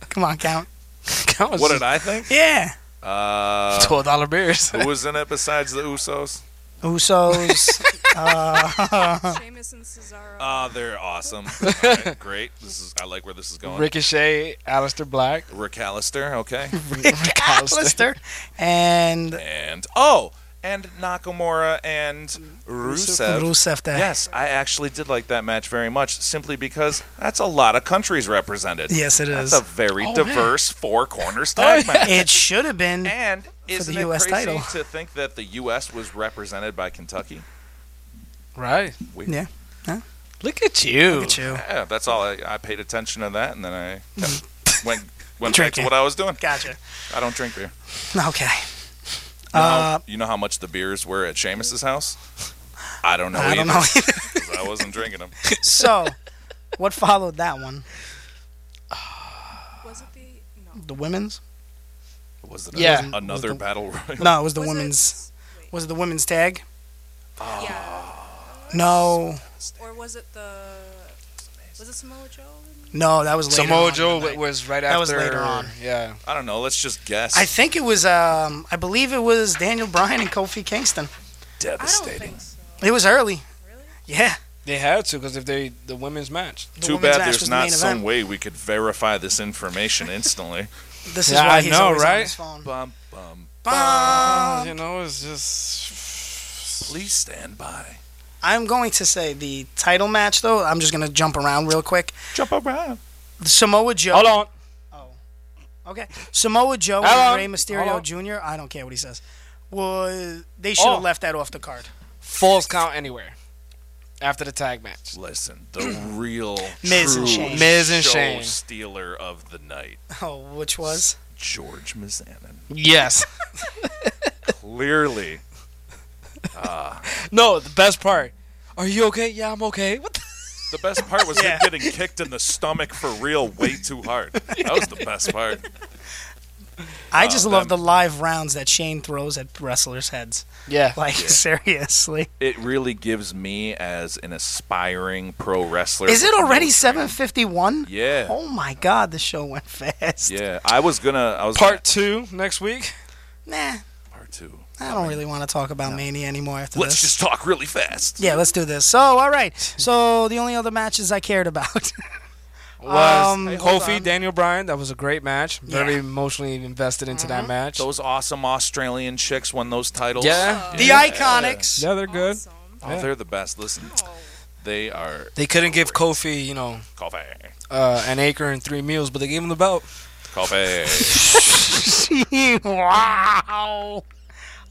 S5: (laughs) Come on, count.
S6: (laughs)
S7: What did I think?
S5: Yeah.
S7: Uh,
S6: Twelve
S7: (laughs)
S6: dollar beers.
S7: who was in it besides the Usos?
S5: Usos.
S8: Sheamus and Cesaro.
S7: Ah, they're (laughs) awesome. All right, great. This is I like where this is going. Rick,
S6: (laughs) Ricochet, Aleister Black,
S5: (laughs)
S7: Rick Alistair, okay.
S5: Alistair. And
S7: And oh, and Nakamura and Rusev.
S5: Rusev Day.
S7: Yes, I actually did like that match very much, simply because that's a lot of countries represented.
S5: Yes, Oh, it
S7: That's
S5: is.
S7: a very diverse four
S5: (laughs)
S7: corners tag match.
S5: It should have been.
S7: And isn't
S5: the
S7: it
S5: US
S7: crazy
S5: title.
S7: to think that the U.S. was represented by Kentucky?
S6: Right.
S7: Weird.
S5: Yeah.
S6: Look at you.
S5: Look at you.
S7: Yeah, that's all. I, I paid attention to that, and then I
S5: (laughs)
S7: kind of went went back to
S5: Drinking.
S7: what I was doing.
S5: Gotcha.
S7: I don't drink beer.
S5: Okay.
S7: You know, how-
S5: Uh,
S7: you know how much the beers were at Seamus's house? I don't know.
S5: I don't
S7: either,
S5: know either.
S7: (laughs) 'cause I wasn't drinking them.
S5: so, what followed that one?
S8: Was it the no?
S5: The women's?
S7: Was it
S5: Yeah.
S7: another, another battle royal? (laughs)
S5: No, it was the
S8: Was it-
S5: women's.
S8: wait,
S5: Was it the women's tag?
S8: yeah.
S5: No,
S8: Or was it the? Was it Samoa Joe?
S5: no, that was later.
S6: Samoa
S5: on
S6: Joe
S5: in the night.
S6: was right
S5: That
S6: after.
S5: was later on.
S6: Yeah.
S7: I don't know. Let's just guess.
S5: I think it was. Um, I believe it was Daniel Bryan and Kofi Kingston.
S8: I don't think so.
S5: It was early.
S8: Really?
S5: Yeah.
S6: They had to because if they the women's match.
S5: the
S7: Too
S5: women's
S7: bad
S5: match
S7: there's
S5: was the
S7: not
S5: main
S7: some
S5: event.
S7: way we could verify this information instantly. (laughs)
S5: This is
S6: Yeah,
S5: why
S6: I
S5: he's
S6: know,
S5: always on
S6: right?
S5: his phone.
S7: bum, bum.
S6: you know, it's just.
S7: Please stand by.
S5: I'm going to say the title match though. I'm just gonna jump around real quick.
S7: Jump around.
S5: Samoa Joe.
S6: Hold on.
S5: Okay. Samoa Joe
S6: Hello?
S5: and Rey Mysterio
S6: Hello?
S5: Jr. I don't care what he says. Was they should have
S6: Oh.
S5: left that off the card?
S6: Falls count anywhere. After the tag match.
S7: Listen, the (clears throat) real
S5: Miz and
S7: true
S5: Shane.
S6: Miz and
S7: show
S6: Shane.
S7: stealer of the night,
S5: Oh, which was
S7: George Mizanin.
S6: Yes.
S7: Clearly,
S6: (laughs) no, the best part. Are you okay? Yeah, I'm okay. What the?
S7: the best part was him getting kicked in the stomach for real way too
S5: (laughs)
S7: hard. That was the best part.
S5: I just love
S7: them.
S5: the live rounds that Shane throws at wrestlers' heads.
S6: Yeah.
S5: Like seriously,
S7: It really gives me as an aspiring pro wrestler.
S5: is it already 7:51?
S7: Yeah.
S5: Oh my God, the show went fast.
S7: Yeah, I was gonna. I was
S6: Part two next week.
S5: Nah,
S7: part two.
S5: I don't really want to talk about Mania anymore after
S7: Let's
S5: this.
S7: just talk really fast.
S5: yeah, let's do this. So, all right. So the only other matches I cared about. (laughs)
S6: Was
S5: Um, Hey, hold
S6: Kofi
S5: on.
S6: Daniel Bryan? That was a great match. Very
S5: Yeah. Mm-hmm.
S6: emotionally invested into that match.
S7: Those awesome Australian chicks won those titles.
S6: Yeah.
S5: the Iconics.
S6: yeah, they're good.
S8: Awesome.
S7: Oh, they're the best. Listen, they are
S6: They couldn't give Kofi, you know,
S7: coffee,
S6: uh, an acre and three meals, but they gave him the belt.
S5: (laughs)
S7: coffee.
S5: wow.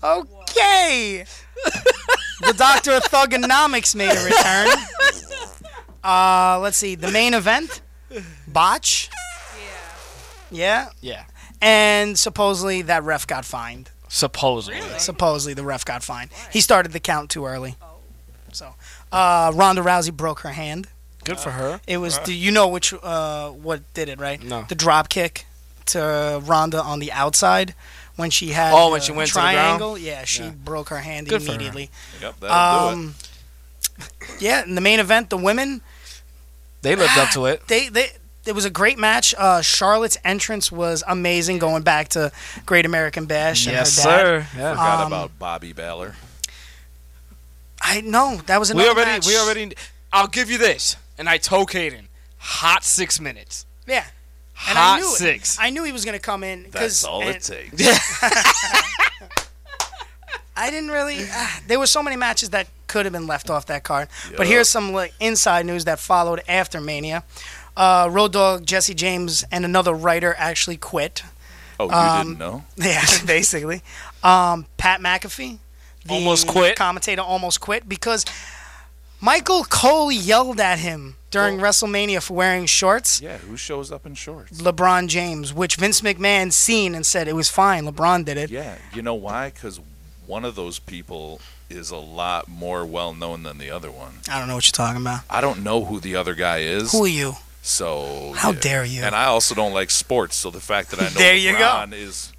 S5: Okay. the Doctor of Thugonomics made a return. Uh, let's see. The main event, botch. Yeah.
S6: Yeah.
S5: And supposedly that ref got fined.
S6: Supposedly.
S5: Supposedly the ref got fined. He started the count too early. So, uh, Ronda Rousey broke her hand.
S6: Good for her.
S5: It was do you know which uh, what did it right?
S6: No.
S5: The drop kick to Ronda on the outside when she had
S6: Oh, when
S5: the
S6: she went to the ground?
S5: triangle. yeah, she
S6: Yeah.
S5: broke her hand
S6: Good for her.
S5: immediately.
S7: yep, that'll do it.
S5: Um, yeah, in the main event, the women
S6: They lived up (gasps) to it.
S5: they they. It was a great match. Uh, Charlotte's entrance was amazing, going back to Great American Bash. And her dad.
S6: Yeah.
S7: Forgot
S5: um,
S7: about Bobby Balor.
S5: I know that was another
S6: we already,
S5: match.
S6: we already. I'll give you this, and I told Caden, hot six minutes.
S5: yeah. And
S6: hot
S5: I knew it.
S6: six.
S5: I knew he was going to come in.
S7: That's
S5: 'cause-
S7: all
S5: and
S7: it takes.
S5: (laughs) I didn't really. Uh, there were so many matches that could have been left off that card. But here's some like, inside news that followed after Mania. Uh, Road Dog Jesse James and another writer actually quit. (laughs)
S7: Oh, you
S5: um,
S7: didn't know?
S5: Yeah, (laughs) basically. Um, Pat McAfee, the
S6: Almost quit.
S5: commentator, almost quit because Michael Cole yelled at him during WrestleMania for wearing shorts.
S7: Yeah, who shows up in shorts?
S5: LeBron James, which Vince McMahon seen and said it was fine. LeBron did it.
S7: Yeah, you know why? Because one of those people is a lot more well known than the other one.
S5: I don't know what you're talking about.
S7: I don't know who the other guy is.
S5: Who are you?
S7: So
S5: How
S7: yeah.
S5: dare you.
S7: And I also don't like sports, so the fact that I know
S5: There you go.
S7: LeBron is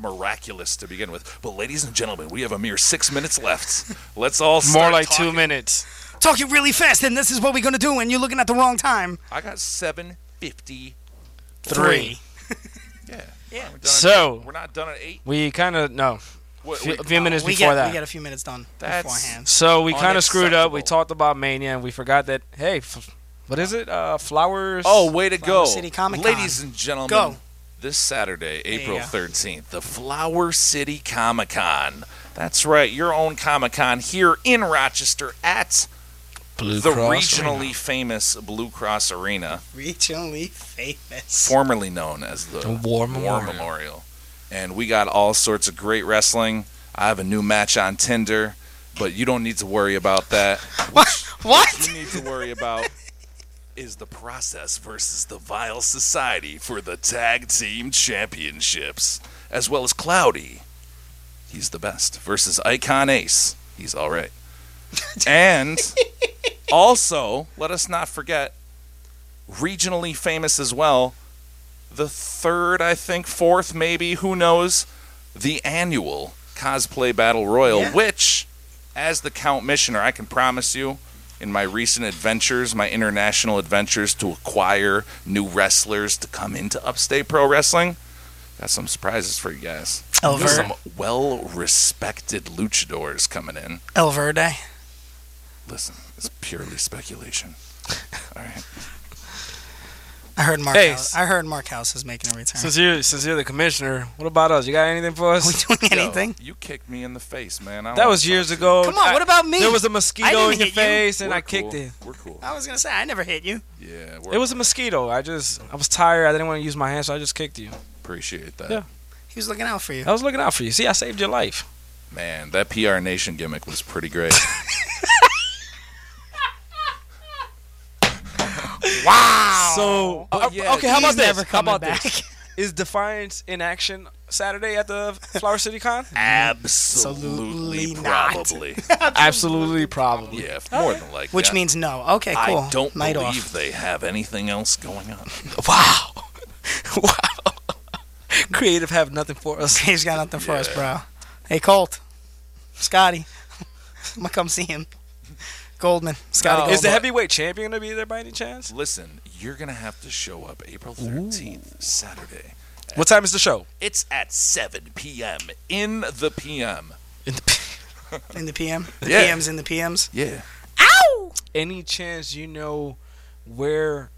S7: miraculous to begin with. But ladies and gentlemen, we have a mere six minutes left. Let's all
S6: More
S7: start
S6: like two
S7: talking.
S6: minutes.
S5: talking really fast and this is what we're going to do and you're looking at the wrong time.
S7: I got seven fifty.
S6: Three.
S7: Yeah. We're done at-
S6: So-
S7: we're not done at eight.
S6: We kind of no.
S7: What-
S6: Few-
S7: we-
S6: A few minutes
S5: We
S6: before
S5: get,
S6: that.
S5: we get a few minutes done
S7: That's-
S5: beforehand.
S6: so we kind of screwed up. We
S7: Unacceptable.
S6: talked about Mania, and we forgot that. Hey, f- what is it? Uh, flowers.
S7: Oh, way to go.
S5: Flower City Comic Con.
S7: Ladies and gentlemen,
S5: Go.
S7: this Saturday,
S5: you
S7: April
S5: go.
S7: 13th, the Flower City Comic Con. That's right, your own Comic Con here in Rochester at
S3: Blue
S7: the
S3: Cross
S7: regionally
S3: Arena.
S7: famous Blue Cross Arena,
S5: Regionally famous.
S7: formerly known as the,
S3: The War Memorial.
S7: Memorial. And we got all sorts of great wrestling. I have a new match on Tinder, but you don't need to worry about that.
S5: What?
S7: you need to worry about is the process versus the Vile Society for the Tag Team Championships, as well as Cloudy. He's the best versus Icon Ace. He's all right. And also, let us not forget, regionally famous as well, the third, I think, fourth, maybe, who knows, the annual Cosplay Battle Royal, which, as the Count Missioner, I can promise you, in my recent adventures, my international adventures to acquire new wrestlers to come into Upstate Pro Wrestling. Got some surprises for you guys.
S5: Elver.
S7: Some well respected luchadors coming in.
S5: El Verde.
S7: Listen, it's purely speculation. All right.
S5: I heard Mark.
S6: Hey,
S5: House. I heard Mark House is making a return.
S6: Since you since you're the commissioner, what about us? You got anything for
S5: Are we
S6: us?
S5: doing
S7: Yo,
S5: anything?
S7: you kicked me in the face, man. I don't
S6: That
S7: wanna
S6: was
S7: talk
S6: years
S7: to you.
S6: ago.
S5: Come on,
S6: I-
S5: what about me?
S6: There was a
S5: I
S6: mosquito
S5: didn't
S6: in
S5: hit
S6: your
S5: you.
S6: face, and
S7: We're
S6: I kicked
S7: cool.
S6: it.
S7: We're cool.
S5: I was gonna say I never hit you.
S7: Yeah, we're
S6: It was a mosquito. I just I was tired. I didn't want to use my hand, so I just kicked you.
S7: appreciate that.
S6: Yeah.
S5: He was looking out for you.
S6: I was looking out for you. See, I saved your life.
S7: Man, that PR Nation gimmick was pretty great.
S6: So uh,
S7: yeah,
S6: okay, how about
S5: Oh, He's
S6: this?
S5: never
S6: how
S5: coming
S6: about
S5: back. (laughs)
S6: this? Is Defiance in action Saturday at the Flower City Con?
S7: (laughs) Absolutely, probably.
S6: Absolutely, probably.
S7: yeah, more than likely.
S5: Which
S7: I-
S5: means no. Okay, cool.
S7: I don't
S5: Night
S7: believe
S5: off.
S7: they have anything else going on.
S6: Wow, (laughs) wow. Creative have nothing for us.
S5: He's got nothing for us,
S7: Yeah.
S5: bro. Hey, Colt, Scotty, (laughs) I'm gonna come see him. Goldman, Scotty.
S7: No.
S5: Goldman.
S6: Oh, Is the heavyweight champion gonna be there by any chance?
S7: Listen, you're gonna have to show up April 13th, Saturday.
S6: What time is the (laughs) show?
S7: It's at 7 p.m. in the p.m.
S5: in the PM? The
S7: Yeah.
S5: PM's in the PM's.
S7: Yeah.
S6: Any chance you know where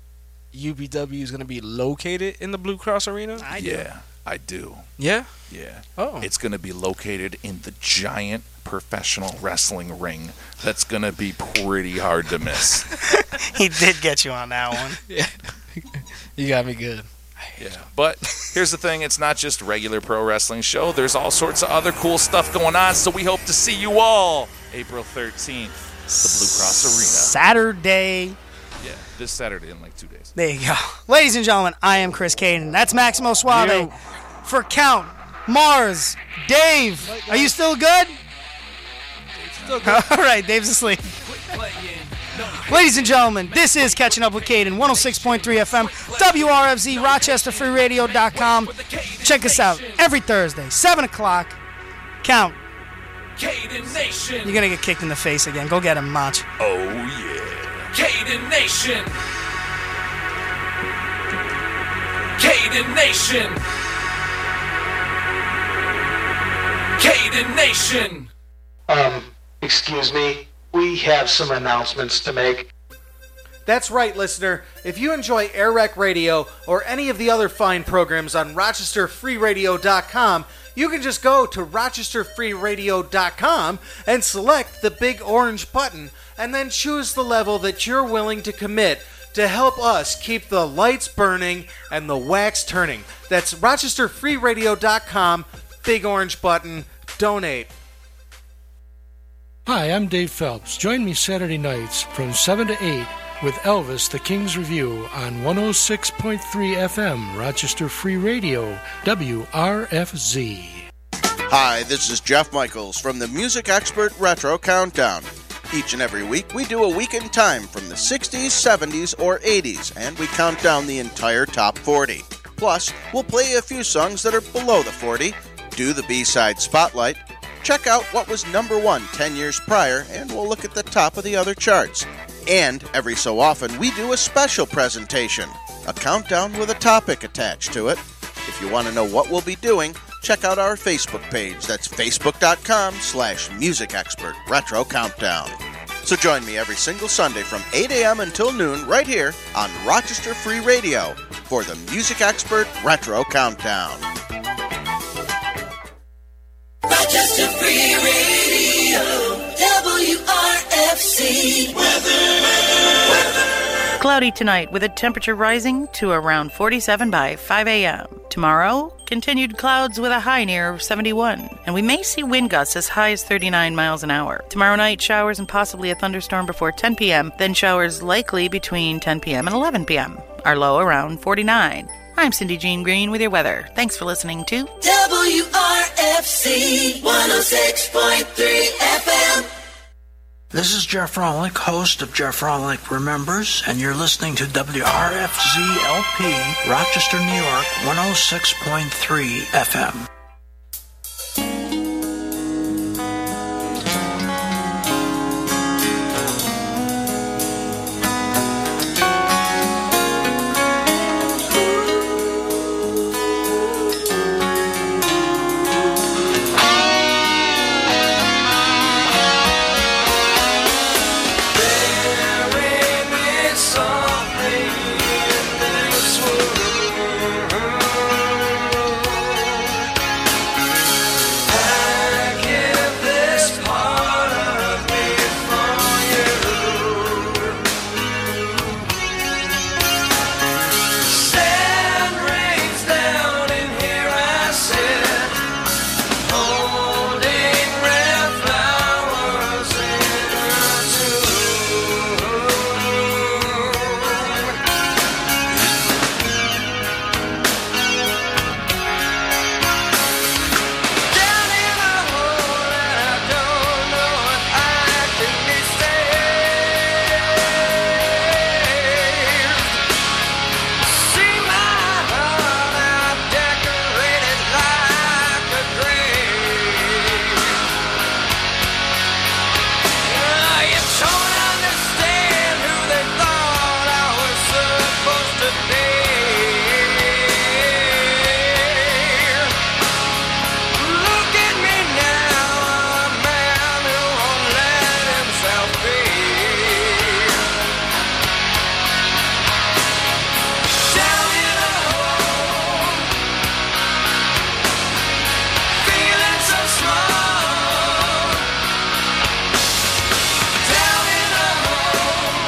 S6: UBW is gonna be located in the Blue Cross Arena?
S5: I do.
S7: yeah, I do.
S6: Yeah.
S7: Yeah.
S6: Oh.
S7: It's going to be located in the giant professional wrestling ring that's going to be pretty hard to miss.
S5: He did get you on that one.
S6: You got me good.
S7: yeah. But here's the thing it's not just regular pro wrestling show, there's all sorts of other cool stuff going on. So we hope to see you all April 13th, the Blue Cross
S5: Saturday.
S7: Arena. Yeah, this Saturday in like two days.
S5: There you go. Ladies and gentlemen, I am Chris Caden. That's Maximo Suave for Count, Mars, Dave. Are you still good? (laughs) All right, Dave's asleep. Ladies and gentlemen, this is Catching Up with Caden, 106.3 FM, WRFZ, RochesterFreeRadio.com. Check us out every Thursday, 7 o'clock. Count,
S4: Caden Nation.
S5: you're going to get kicked in the face again. Go get him, Mach.
S4: Caden Nation. Caden Nation. Caden Nation.
S12: Um, Excuse me, we have some announcements to make. That's right, listener. If you enjoy Air Rec Radio or any of the other fine programs on RochesterFreeRadio.com, you can just go to RochesterFreeRadio.com and select the big orange button and then choose the level that you're willing to commit to help us keep the lights burning and the wax turning. That's RochesterFreeRadio.com, big orange button, donate.
S13: Hi, I'm Dave Phelps. Join me Saturday nights from 7 to 8 with Elvis the King's Review on 106.3 FM, Rochester Free Radio, WRFZ.
S12: Hi, this is Jeff Michaels from the Music Expert Retro Countdown. Each and every week, we do a week in time from the 60s, 70s, or 80s, and we count down the entire top 40. Plus, we'll play a few songs that are below the 40, do the B side spotlight, check out what was number one 10 years prior, and we'll look at the top of the other charts. And every so often, we do a special presentation, a countdown with a topic attached to it. If you want to know what we'll be doing, check out our Facebook page. That's facebook.com slash music expert retro countdown. So join me every single Sunday from 8 a.m. until noon right here on Rochester Free Radio for the Music Expert Retro Countdown.
S13: Rochester Free Radio.
S1: see Cloudy tonight with a temperature rising to around 47 by 5 a.m. Tomorrow, continued clouds with a high near 71, and we may see wind gusts as high as 39 miles an hour. Tomorrow night, showers and possibly a thunderstorm before 10 p.m., then showers likely between 10 p.m. and 11 p.m. Our low around 49. I'm Cindy Jean Green with your weather. Thanks for listening to
S2: WRFC 106.3 FM.
S14: This is Jeff Rollick, host of Jeff Rollick Remembers, and you're listening to oh WRFZLP, Rochester, New York, 106.3 FM.